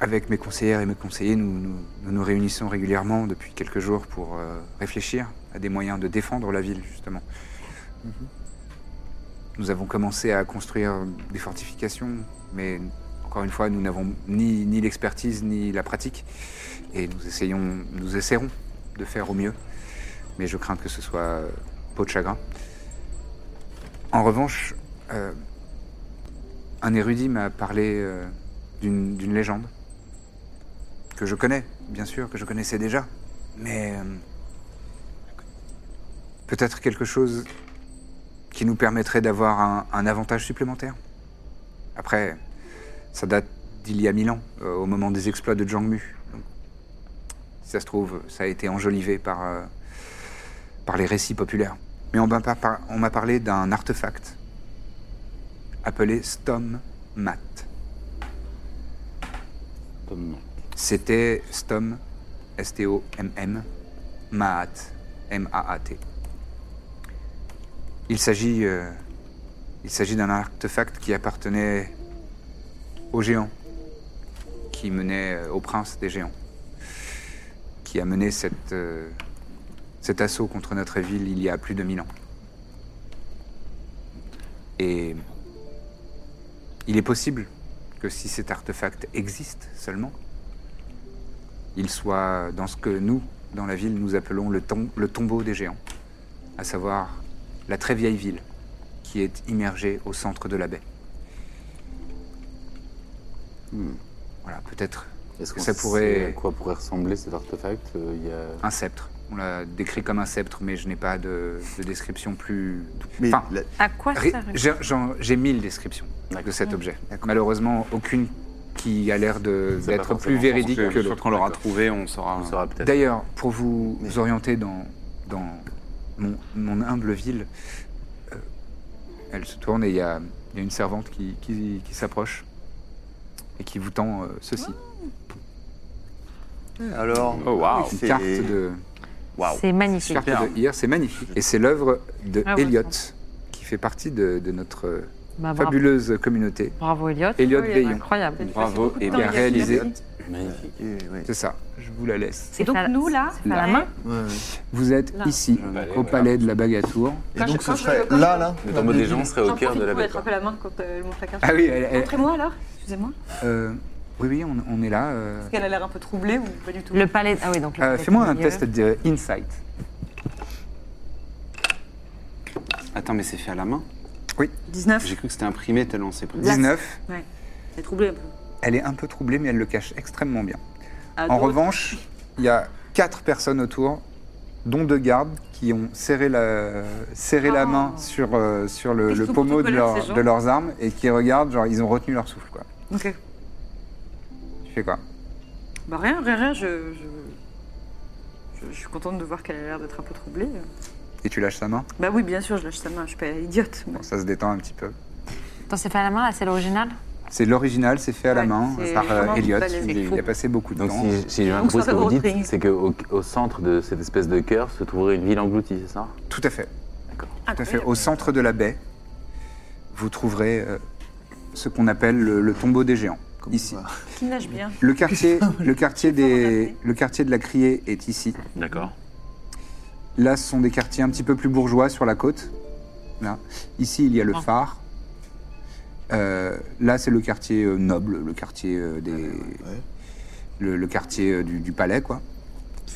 Speaker 2: Avec mes conseillères et mes conseillers, nous nous, nous nous réunissons régulièrement depuis quelques jours pour euh, réfléchir à des moyens de défendre la ville, justement. Nous avons commencé à construire des fortifications, mais encore une fois, nous n'avons ni, ni l'expertise ni la pratique, et nous, essayons, nous essaierons de faire au mieux, mais je crains que ce soit euh, peau de chagrin. En revanche, euh, un érudit m'a parlé euh, d'une d'une légende que je connais, bien sûr, que je connaissais déjà, mais euh, peut-être quelque chose qui nous permettrait d'avoir un, un avantage supplémentaire. Après, ça date d'il y a mille ans, euh, au moment des exploits de Zhang Mu. Donc, si ça se trouve, ça a été enjolivé par, euh, par les récits populaires. Mais on m'a par- par- on m'a parlé d'un artefact appelé Stom Mat.
Speaker 7: Tom, non.
Speaker 2: C'était Stom, S-T-O-M-M, Maat, M-A-A-T. Il s'agit, euh, il s'agit d'un artefact qui appartenait aux géants, qui menait euh, au prince des géants, qui a mené cette, euh, cet assaut contre notre ville il y a plus de 1000 ans. Et il est possible que si cet artefact existe seulement, il soit dans ce que nous, dans la ville, nous appelons le, tom- le tombeau des géants, à savoir la très vieille ville qui est immergée au centre de la baie. Hmm. Voilà, peut-être
Speaker 7: Est-ce
Speaker 2: que
Speaker 7: qu'on
Speaker 2: ça
Speaker 7: sait
Speaker 2: pourrait...
Speaker 7: À quoi pourrait ressembler cet artefact Euh, Il y a.
Speaker 2: Un sceptre. On l'a décrit comme un sceptre, mais je n'ai pas de, de description plus...
Speaker 6: Mais
Speaker 2: Enfin,
Speaker 6: la-
Speaker 3: À quoi
Speaker 2: Ré-
Speaker 3: sert
Speaker 2: j'ai- j'en- J'ai mille descriptions de
Speaker 7: D'accord.
Speaker 2: cet objet. Malheureusement, aucune qui a l'air de-
Speaker 7: Ça va
Speaker 2: d'être
Speaker 7: pas
Speaker 2: plus
Speaker 7: forcément
Speaker 2: véridique
Speaker 7: changer,
Speaker 2: que
Speaker 4: Une fois
Speaker 2: l'autre.
Speaker 4: qu'on l'aura
Speaker 7: D'accord.
Speaker 4: trouvé, on saura.
Speaker 7: On saura peut-être.
Speaker 2: D'ailleurs, pour vous orienter dans, dans mon, mon humble ville, euh, elle se tourne et il y a, il y a une servante qui, qui- qui s'approche et qui vous tend euh, ceci.
Speaker 6: Alors,
Speaker 4: Oh, waouh.
Speaker 6: oui,
Speaker 2: Une
Speaker 6: c'est-
Speaker 2: carte de,
Speaker 3: C'est magnifique.
Speaker 2: carte de hier, c'est magnifique. Et c'est l'œuvre de
Speaker 3: Ah ouais,
Speaker 2: Elliot,
Speaker 3: ça.
Speaker 2: qui fait partie de, de notre
Speaker 3: Bah, bravo. Oh,
Speaker 2: fabuleuse communauté.
Speaker 3: Bravo, Elliot.
Speaker 2: Elliot
Speaker 5: Oui,
Speaker 2: Veillon.
Speaker 3: Incroyable.
Speaker 4: Bravo et
Speaker 2: Il a réalisé.
Speaker 7: Magnifique.
Speaker 6: et- ouais.
Speaker 2: C'est ça, je vous la laisse.
Speaker 3: C'est
Speaker 5: Et donc,
Speaker 3: à-
Speaker 5: nous, là, bah,
Speaker 3: c'est à la
Speaker 5: ouais.
Speaker 3: main
Speaker 6: Ouais, ouais.
Speaker 2: Vous êtes
Speaker 5: Là.
Speaker 2: ici,
Speaker 7: Palais,
Speaker 2: au
Speaker 7: voilà.
Speaker 2: palais de la Bagatour.
Speaker 6: Et
Speaker 5: Quand
Speaker 6: donc,
Speaker 5: je-
Speaker 6: ce
Speaker 5: quand je-
Speaker 6: serait
Speaker 5: quand je-
Speaker 6: là, là.
Speaker 7: Le tombeau des gens serait au
Speaker 5: J'en
Speaker 7: cœur
Speaker 5: profite
Speaker 7: de la
Speaker 5: pour
Speaker 7: bête.
Speaker 5: attraper la main quand euh, elle montre la carte.
Speaker 2: Ah oui, elle- elle-
Speaker 5: Montrez-moi alors, excusez-moi.
Speaker 2: euh, oui, oui, on, on est là. euh.
Speaker 5: Parce qu'elle a l'air un peu troublée ou pas du tout.
Speaker 3: Le palais. Ah oui, donc le
Speaker 2: Euh,
Speaker 3: palais
Speaker 2: Fais-moi
Speaker 3: du
Speaker 2: un
Speaker 3: milieu.
Speaker 2: test de insight.
Speaker 4: Attends, mais c'est fait à la main
Speaker 5: 19.
Speaker 4: J'ai cru que c'était imprimé tellement c'est pris.
Speaker 2: 19.
Speaker 5: Ouais. Elle est troublée un peu.
Speaker 2: Elle est un peu troublée, mais elle le cache extrêmement bien.
Speaker 5: Ah,
Speaker 2: En
Speaker 5: d'autres-
Speaker 2: revanche, il y a quatre personnes autour, dont deux gardes, qui ont serré la, serré la main
Speaker 5: Ah.
Speaker 2: sur, euh, sur le,
Speaker 5: Ils
Speaker 2: le
Speaker 5: sont
Speaker 2: pommeau de,
Speaker 5: protocoleurs,
Speaker 2: leur-
Speaker 5: ces gens.
Speaker 2: de leurs armes et qui regardent, genre, ils ont retenu leur souffle, quoi.
Speaker 5: Ok.
Speaker 2: Tu fais quoi
Speaker 5: Bah rien, rien, rien, je... je... je- je suis contente de voir qu'elle a l'air d'être un peu troublée.
Speaker 2: Et tu lâches sa main
Speaker 5: Bah oui, bien sûr, je lâche sa main, je suis pas idiote. mais-
Speaker 2: Bon, Ça se détend un petit peu.
Speaker 3: Attends, c'est fait à la main, là, c'est l'original
Speaker 2: C'est l'original, c'est fait à la
Speaker 5: Ouais,
Speaker 2: main
Speaker 5: c'est
Speaker 2: par euh,
Speaker 5: vraiment
Speaker 2: Elliot.
Speaker 5: balèze.
Speaker 2: Il, il a passé beaucoup de
Speaker 7: Donc
Speaker 2: temps.
Speaker 7: si, si j'ai bien
Speaker 5: Donc,
Speaker 7: compris
Speaker 5: ça
Speaker 7: ce que
Speaker 5: va
Speaker 7: vous
Speaker 5: au ring.
Speaker 7: dites, c'est qu'au au centre de cette espèce de cœur se trouverait une ville engloutie, c'est ça
Speaker 2: Tout à fait. Tout à fait.
Speaker 5: Incroyable.
Speaker 2: Au centre de la baie, vous trouverez euh, ce qu'on appelle le, le tombeau des géants. ici.
Speaker 6: ça
Speaker 5: Qui nage bien.
Speaker 2: Le quartier, le, quartier des,
Speaker 5: regarder.
Speaker 2: le quartier de la Criée est ici.
Speaker 7: D'accord.
Speaker 2: Là, ce sont des quartiers un petit peu plus bourgeois sur la côte. Là. Ici, il y a le phare. Euh, là, c'est le quartier euh, noble, le quartier euh, des, le, le quartier euh, du, du palais, quoi.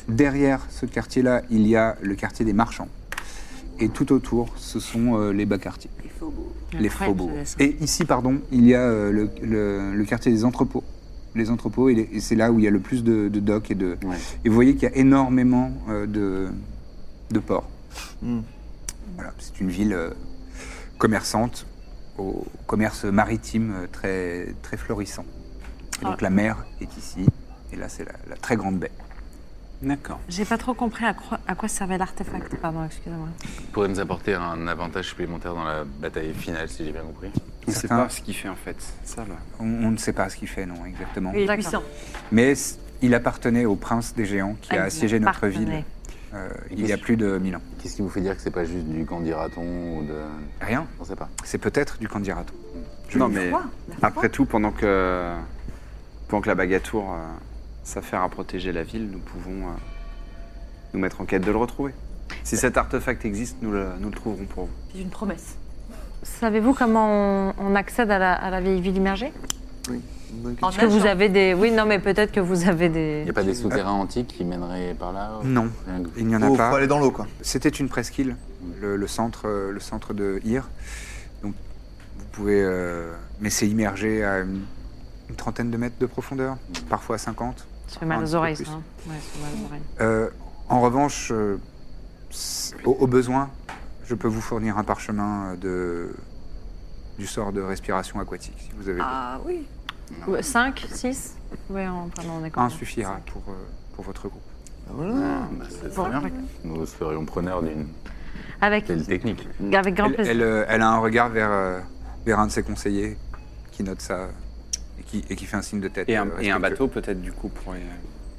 Speaker 2: Derrière ce quartier-là, il y a le quartier des marchands. Et tout autour, ce sont euh, les bas quartiers,
Speaker 5: Il faut beau.
Speaker 2: les
Speaker 3: Incroyable,
Speaker 2: faubourgs.
Speaker 3: ce dessin.
Speaker 2: Et ici, pardon, il y a euh, le, le- le quartier des entrepôts. Les entrepôts, et, les- et c'est là où il y a le plus de, de docks et de.
Speaker 7: Ouais.
Speaker 2: Et vous voyez qu'il y a énormément euh, de, de ports. Voilà, c'est une ville euh, commerçante, au commerce maritime euh, très, très florissant. Et donc la mer est ici, et là c'est la, la très grande baie.
Speaker 4: D'accord.
Speaker 3: J'ai pas trop compris à, quoi- à quoi servait l'artefact. Pardon, excusez-moi.
Speaker 7: pourrait nous apporter un avantage supplémentaire dans la bataille finale, si j'ai bien compris.
Speaker 4: On ne sait
Speaker 2: Certains-
Speaker 4: pas ce qu'il fait en fait. C'est Ça, là.
Speaker 2: On, on ne sait pas ce qu'il fait, non, exactement.
Speaker 5: Il est
Speaker 3: D'accord.
Speaker 5: puissant.
Speaker 2: Mais c- il appartenait au prince des géants qui a
Speaker 3: Ah,
Speaker 2: assiégé notre
Speaker 3: partenaire.
Speaker 2: ville euh, il
Speaker 7: Qu'est-ce-
Speaker 2: y a plus de 1000 ans.
Speaker 7: Qu'est-ce qui vous fait dire que c'est pas juste du candidaton ou de.
Speaker 2: Rien,
Speaker 7: On sait pas.
Speaker 2: c'est peut-être du candidaton.
Speaker 4: Non,
Speaker 5: Le
Speaker 4: mais
Speaker 5: froid, la froid.
Speaker 4: après tout, pendant que, pendant que la bagatour euh, s'affaire à protéger la ville, nous pouvons euh, nous mettre en quête de le retrouver. Si cet artefact existe, nous le, nous le trouverons pour vous.
Speaker 5: C'est une promesse.
Speaker 3: Savez-vous comment on, on accède à la, à la vieille ville immergée
Speaker 6: Une bonne question.
Speaker 5: En
Speaker 3: Est-ce que vous
Speaker 5: nageant.
Speaker 3: avez des. Oui, non, mais peut-être que vous avez
Speaker 7: Il
Speaker 3: des.
Speaker 7: n'y a pas des souterrains antiques qui mèneraient par là ou-
Speaker 2: Non,
Speaker 7: Rien que-
Speaker 2: il n'y en a
Speaker 6: Faut- faut
Speaker 2: pas.
Speaker 6: aller dans l'eau, quoi.
Speaker 2: Oh, C'était une presqu'île, le, le centre, euh, le centre de Ir. Donc, vous pouvez. euh, mais c'est immergé à une, une trentaine de mètres de profondeur, parfois 50.
Speaker 3: Ça fait mal
Speaker 2: Un petit
Speaker 3: aux
Speaker 2: peu
Speaker 3: oreilles,
Speaker 2: plus.
Speaker 3: ça. hein. Ouais, ça fait mal aux oreilles.
Speaker 2: Euh, en revanche, euh, c'est- au, au besoin, je peux vous fournir un parchemin euh, de, du sort de respiration aquatique, si vous avez.
Speaker 5: Ah oui.
Speaker 3: 5, 6 Ouais, on, pardon, on est
Speaker 2: Un
Speaker 3: combien
Speaker 2: suffira
Speaker 3: Cinq.
Speaker 2: pour, euh, pour votre groupe.
Speaker 7: Ah, bah, c'est très bien. Nous serions preneurs d'une
Speaker 3: Avec,
Speaker 7: telle technique.
Speaker 3: avec grand
Speaker 2: Elle,
Speaker 3: plaisir.
Speaker 2: elle, euh, elle a un regard vers, euh, vers un de ses conseillers qui note ça et qui, et qui fait un signe de tête.
Speaker 4: Et
Speaker 2: euh,
Speaker 4: un, et
Speaker 2: respectueux.
Speaker 4: un bateau, peut-être, du coup, pour.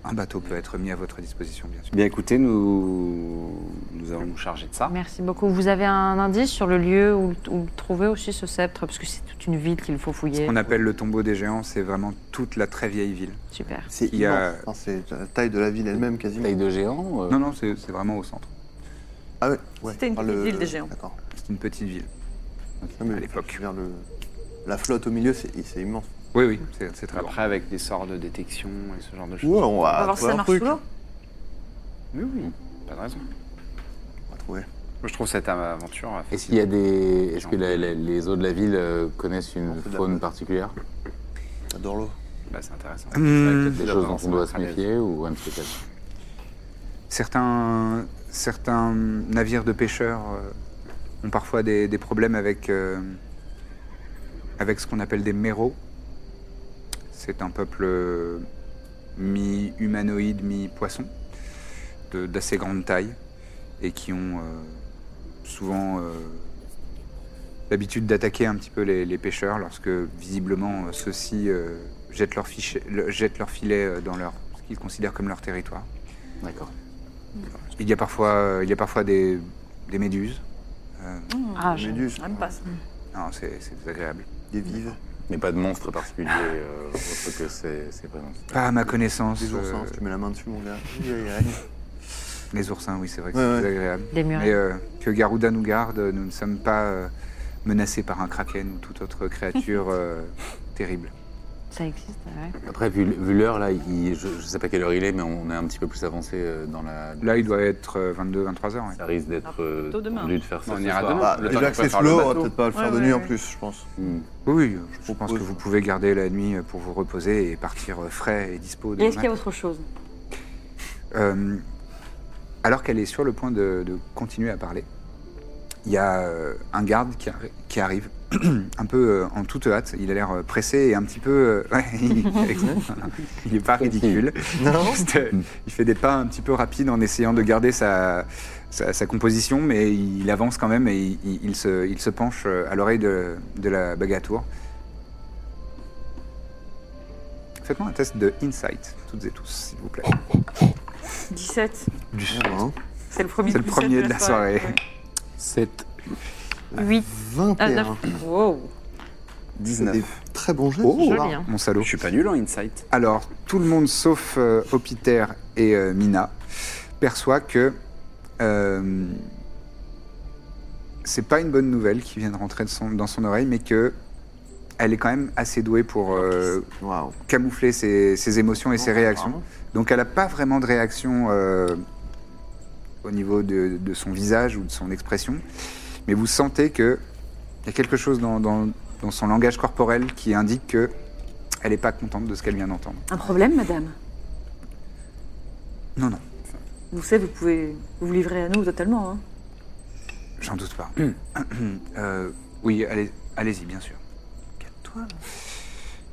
Speaker 2: Un bateau peut être mis à votre disposition, bien sûr.
Speaker 4: Bien écoutez, nous, nous allons nous charger de ça.
Speaker 3: Merci beaucoup. Vous avez un indice sur le lieu où, où trouver aussi ce sceptre Parce que c'est toute une ville qu'il faut fouiller.
Speaker 2: On appelle le tombeau des géants, c'est vraiment toute la très vieille ville.
Speaker 3: Super.
Speaker 6: C'est
Speaker 2: Il y a-
Speaker 6: immense. Enfin, c'est la taille de la ville elle-même, quasiment.
Speaker 7: Taille de géant euh,
Speaker 2: Non, non, c'est c'est vraiment au centre.
Speaker 6: Ah ouais, ouais,
Speaker 5: C'était une
Speaker 6: par
Speaker 5: petite île des géants.
Speaker 6: D'accord.
Speaker 2: C'est une petite ville.
Speaker 6: Non, mais
Speaker 2: À l'époque.
Speaker 6: je veux dire, le- La flotte au milieu, c'est c'est immense.
Speaker 2: Oui, oui, c'est c'est très grand.
Speaker 4: Après, avec des sorts de détection et ce genre de choses.
Speaker 6: Ouais, on va,
Speaker 5: On va voir si ça
Speaker 6: trouver Ah, un
Speaker 5: marche
Speaker 6: truc.
Speaker 5: sous l'eau.
Speaker 4: Oui, oui, pas de raison.
Speaker 6: On va trouver.
Speaker 4: Moi, je trouve cette aventure euh,
Speaker 7: Est-ce qu'il y a des. Est-ce que la- la- les eaux de la ville euh, connaissent une
Speaker 6: On fait de la
Speaker 7: faune
Speaker 6: mode.
Speaker 7: particulière
Speaker 6: J'adore l'eau.
Speaker 4: Bah, c'est intéressant.
Speaker 2: Hum.
Speaker 7: Hmm, Des choses dont on doit se méfier ou rien de spécial
Speaker 2: Certains, certains navires de pêcheurs euh, ont parfois des, des problèmes avec, euh, avec ce qu'on appelle des méros. C'est un peuple euh, mi-humanoïde, mi-poisson, de- d'assez grande taille, et qui ont euh, souvent euh, l'habitude d'attaquer un petit peu les, les pêcheurs lorsque, visiblement, euh, ceux-ci euh, jettent leur, fiche- le- jettent leur filet euh, dans leur, ce qu'ils considèrent comme leur territoire.
Speaker 7: D'accord.
Speaker 2: Il y a parfois, euh, il y a parfois des, des méduses. Euh,
Speaker 3: Ah,
Speaker 6: Des
Speaker 3: je-
Speaker 6: méduses,
Speaker 5: J'aime pas ça.
Speaker 2: non, c'est c'est désagréable.
Speaker 6: des vives,
Speaker 7: Mais pas de monstre particulier euh, autre que ces, ces présences.
Speaker 2: Pas Ah, à ma connaissance.
Speaker 6: des oursins.
Speaker 2: euh,
Speaker 6: Si tu mets la main dessus, mon gars. Aïe, aïe, aïe.
Speaker 2: les oursins, oui, c'est vrai que
Speaker 6: Ouais,
Speaker 2: c'est
Speaker 6: ouais.
Speaker 2: désagréable.
Speaker 3: Des murets.
Speaker 2: Mais euh, que Garuda nous garde, nous ne sommes pas euh, menacés par un kraken ou toute autre créature euh, terrible. euh,
Speaker 3: ça existe, ouais.
Speaker 7: Après, vu, vu l'heure, là, il- je, ne sais pas quelle heure il est, mais on est un petit peu plus avancé euh, dans la.
Speaker 2: Là, il doit être 22-23 heures. ouais.
Speaker 7: Ça risque d'être euh,
Speaker 5: Ah, plutôt demain.
Speaker 7: tendu de faire ça.
Speaker 4: On
Speaker 7: ce
Speaker 4: ira
Speaker 7: soir.
Speaker 4: demain.
Speaker 6: Bah,
Speaker 4: Le temps
Speaker 6: déjà
Speaker 4: qu'on
Speaker 6: que
Speaker 4: peut
Speaker 6: c'est
Speaker 4: faire
Speaker 6: sous
Speaker 4: le
Speaker 6: l'eau, on va
Speaker 4: bateau.
Speaker 6: peut-être pas le faire
Speaker 5: Ouais,
Speaker 6: de nuit
Speaker 5: ouais, Ah,
Speaker 6: en
Speaker 5: ouais.
Speaker 6: plus, je pense.
Speaker 7: Hmm.
Speaker 2: Oui, je
Speaker 6: propose,
Speaker 2: pense que vous
Speaker 6: ouais.
Speaker 2: pouvez garder la nuit pour vous reposer et partir euh, frais et dispo.
Speaker 5: Et
Speaker 2: demain
Speaker 5: est-ce qu'il y a
Speaker 2: matin.
Speaker 5: autre chose
Speaker 2: Euh, alors qu'elle est sur le point de, de continuer à parler, il y a euh, un garde qui, arri- qui arrive, un peu euh, en toute hâte. Il a l'air euh, pressé et un petit peu. euh, ouais, il, il est pas ridicule. Juste, euh, il fait des pas un petit peu rapides en essayant de garder sa, sa, sa composition, mais il avance quand même et il, il- il se, il se penche euh, à l'oreille de, de la bagatour. Faites-moi un test de insight, toutes et tous, s'il vous plaît.
Speaker 5: 17.
Speaker 6: Merde, hein.
Speaker 5: Ah, C'est le premier,
Speaker 2: C'est le premier de la soirée.
Speaker 7: 7.
Speaker 2: bah,
Speaker 3: 8,
Speaker 6: 21.
Speaker 5: 9. Wow.
Speaker 6: C'est des très bons jeux.
Speaker 3: joli, hein.
Speaker 2: Mon salaud.
Speaker 4: Je suis pas nul en insight.
Speaker 2: Alors, tout le monde sauf euh, Hopiter et euh, Mina perçoit que euh, c'est pas une bonne nouvelle qui vient de rentrer de son- dans son oreille, mais que elle est quand même assez douée pour euh,
Speaker 6: Waouh.
Speaker 2: camoufler ses, ses émotions et ses réactions. Donc, elle n'a pas vraiment de réaction euh, au niveau de, de son visage ou de son expression, mais vous sentez que il y a quelque chose dans, dans- dans son langage corporel qui indique que elle n'est pas contente de ce qu'elle vient d'entendre.
Speaker 5: Un problème, madame
Speaker 2: Non, non,
Speaker 5: Vous savez, vous pouvez vous livrer à nous totalement. Hein.
Speaker 2: j'en doute pas. Euh, oui, allez- allez-y, bien sûr. Calme-toi. là.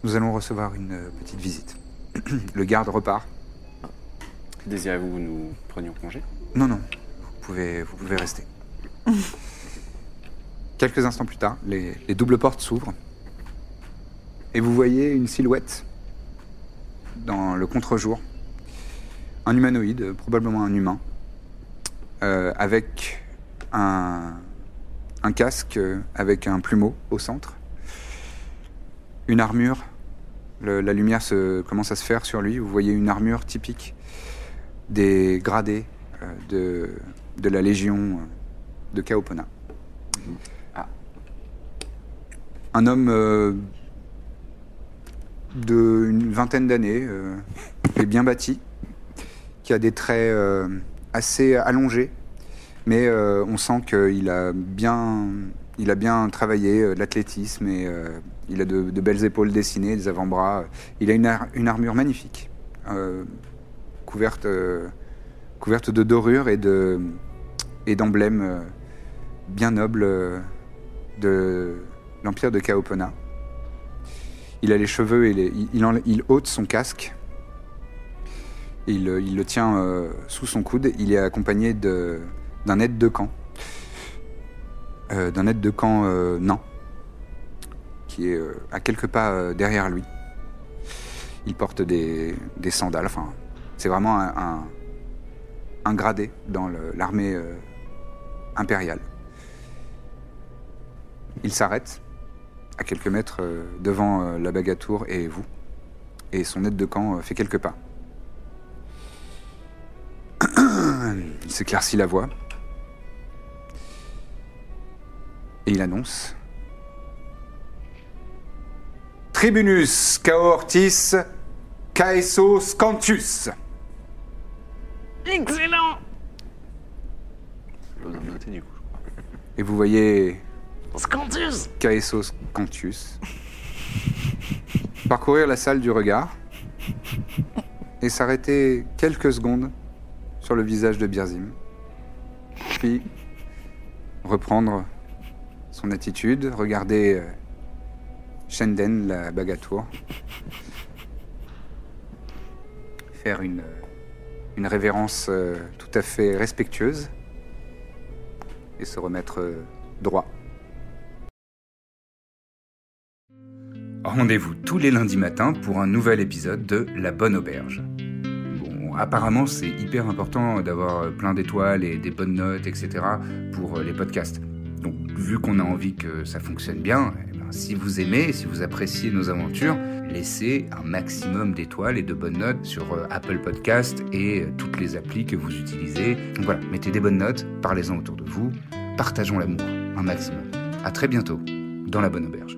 Speaker 2: Nous allons recevoir une euh, petite visite. Le garde repart.
Speaker 4: Désirez-vous que nous prenions congé
Speaker 2: Non, non, vous pouvez, vous pouvez rester. Quelques instants plus tard, les, les doubles portes s'ouvrent. Et vous voyez une silhouette dans le contre-jour. Un humanoïde, euh, probablement un humain, euh, avec un, un casque, euh, avec un plumeau au centre, une armure. Le- la lumière se- commence à se faire sur lui. Vous voyez une armure typique des gradés euh, de, de la Légion euh, de Kaopona. Ah. Un homme euh, de une vingtaine d'années, euh, et bien bâti, qui a des traits euh, assez allongés, mais euh, on sent qu'il a bien, il a bien travaillé euh, de l'athlétisme et euh, il a de, de belles épaules dessinées, des avant-bras. Il a une, ar- une armure magnifique, euh, couverte, euh, couverte de dorures et de et d'emblèmes euh, bien nobles euh, de l'empire de Kaopona. Il a les cheveux et les- il, il enlè- il ôte son casque. Et Il, il le tient euh, sous son coude. Il est accompagné de- d'un aide de camp. Euh, d'un aide de camp euh, nain. Qui est euh, à quelques pas euh, derrière lui. Il porte des, des sandales. Enfin, c'est vraiment un, un- un gradé dans le- l'armée euh, impériale. Il s'arrête à quelques mètres euh, devant euh, la bagatour et vous. Et son aide de camp euh, fait quelques pas. il s'éclaircit la voix. Et il annonce Tribunus Caortis Caeso Scantus.
Speaker 4: Pas besoin de noter, du coup. je crois.
Speaker 2: Et vous voyez. Scantus Caeso Scantus. parcourir la salle du regard et s'arrêter quelques secondes sur le visage de Birzim. Puis reprendre son attitude, regarder euh, Shenden, la bagatour, faire une, une révérence euh, tout à fait respectueuse et se remettre euh, droit. Rendez-vous tous les lundis matins pour un nouvel épisode de La Bonne Auberge. Bon, apparemment, c'est hyper important d'avoir euh, plein d'étoiles et des bonnes notes, etc., pour euh, les podcasts. Donc, vu qu'on a envie que ça fonctionne bien, eh ben, si vous aimez, si vous appréciez nos aventures, laissez un maximum d'étoiles et de bonnes notes sur euh, Apple Podcast et euh, toutes les applis que vous utilisez. Donc voilà, mettez des bonnes notes, parlez-en autour de vous, partageons l'amour un maximum. À très bientôt dans la bonne auberge.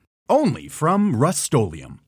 Speaker 8: Only from Rust-Oleum.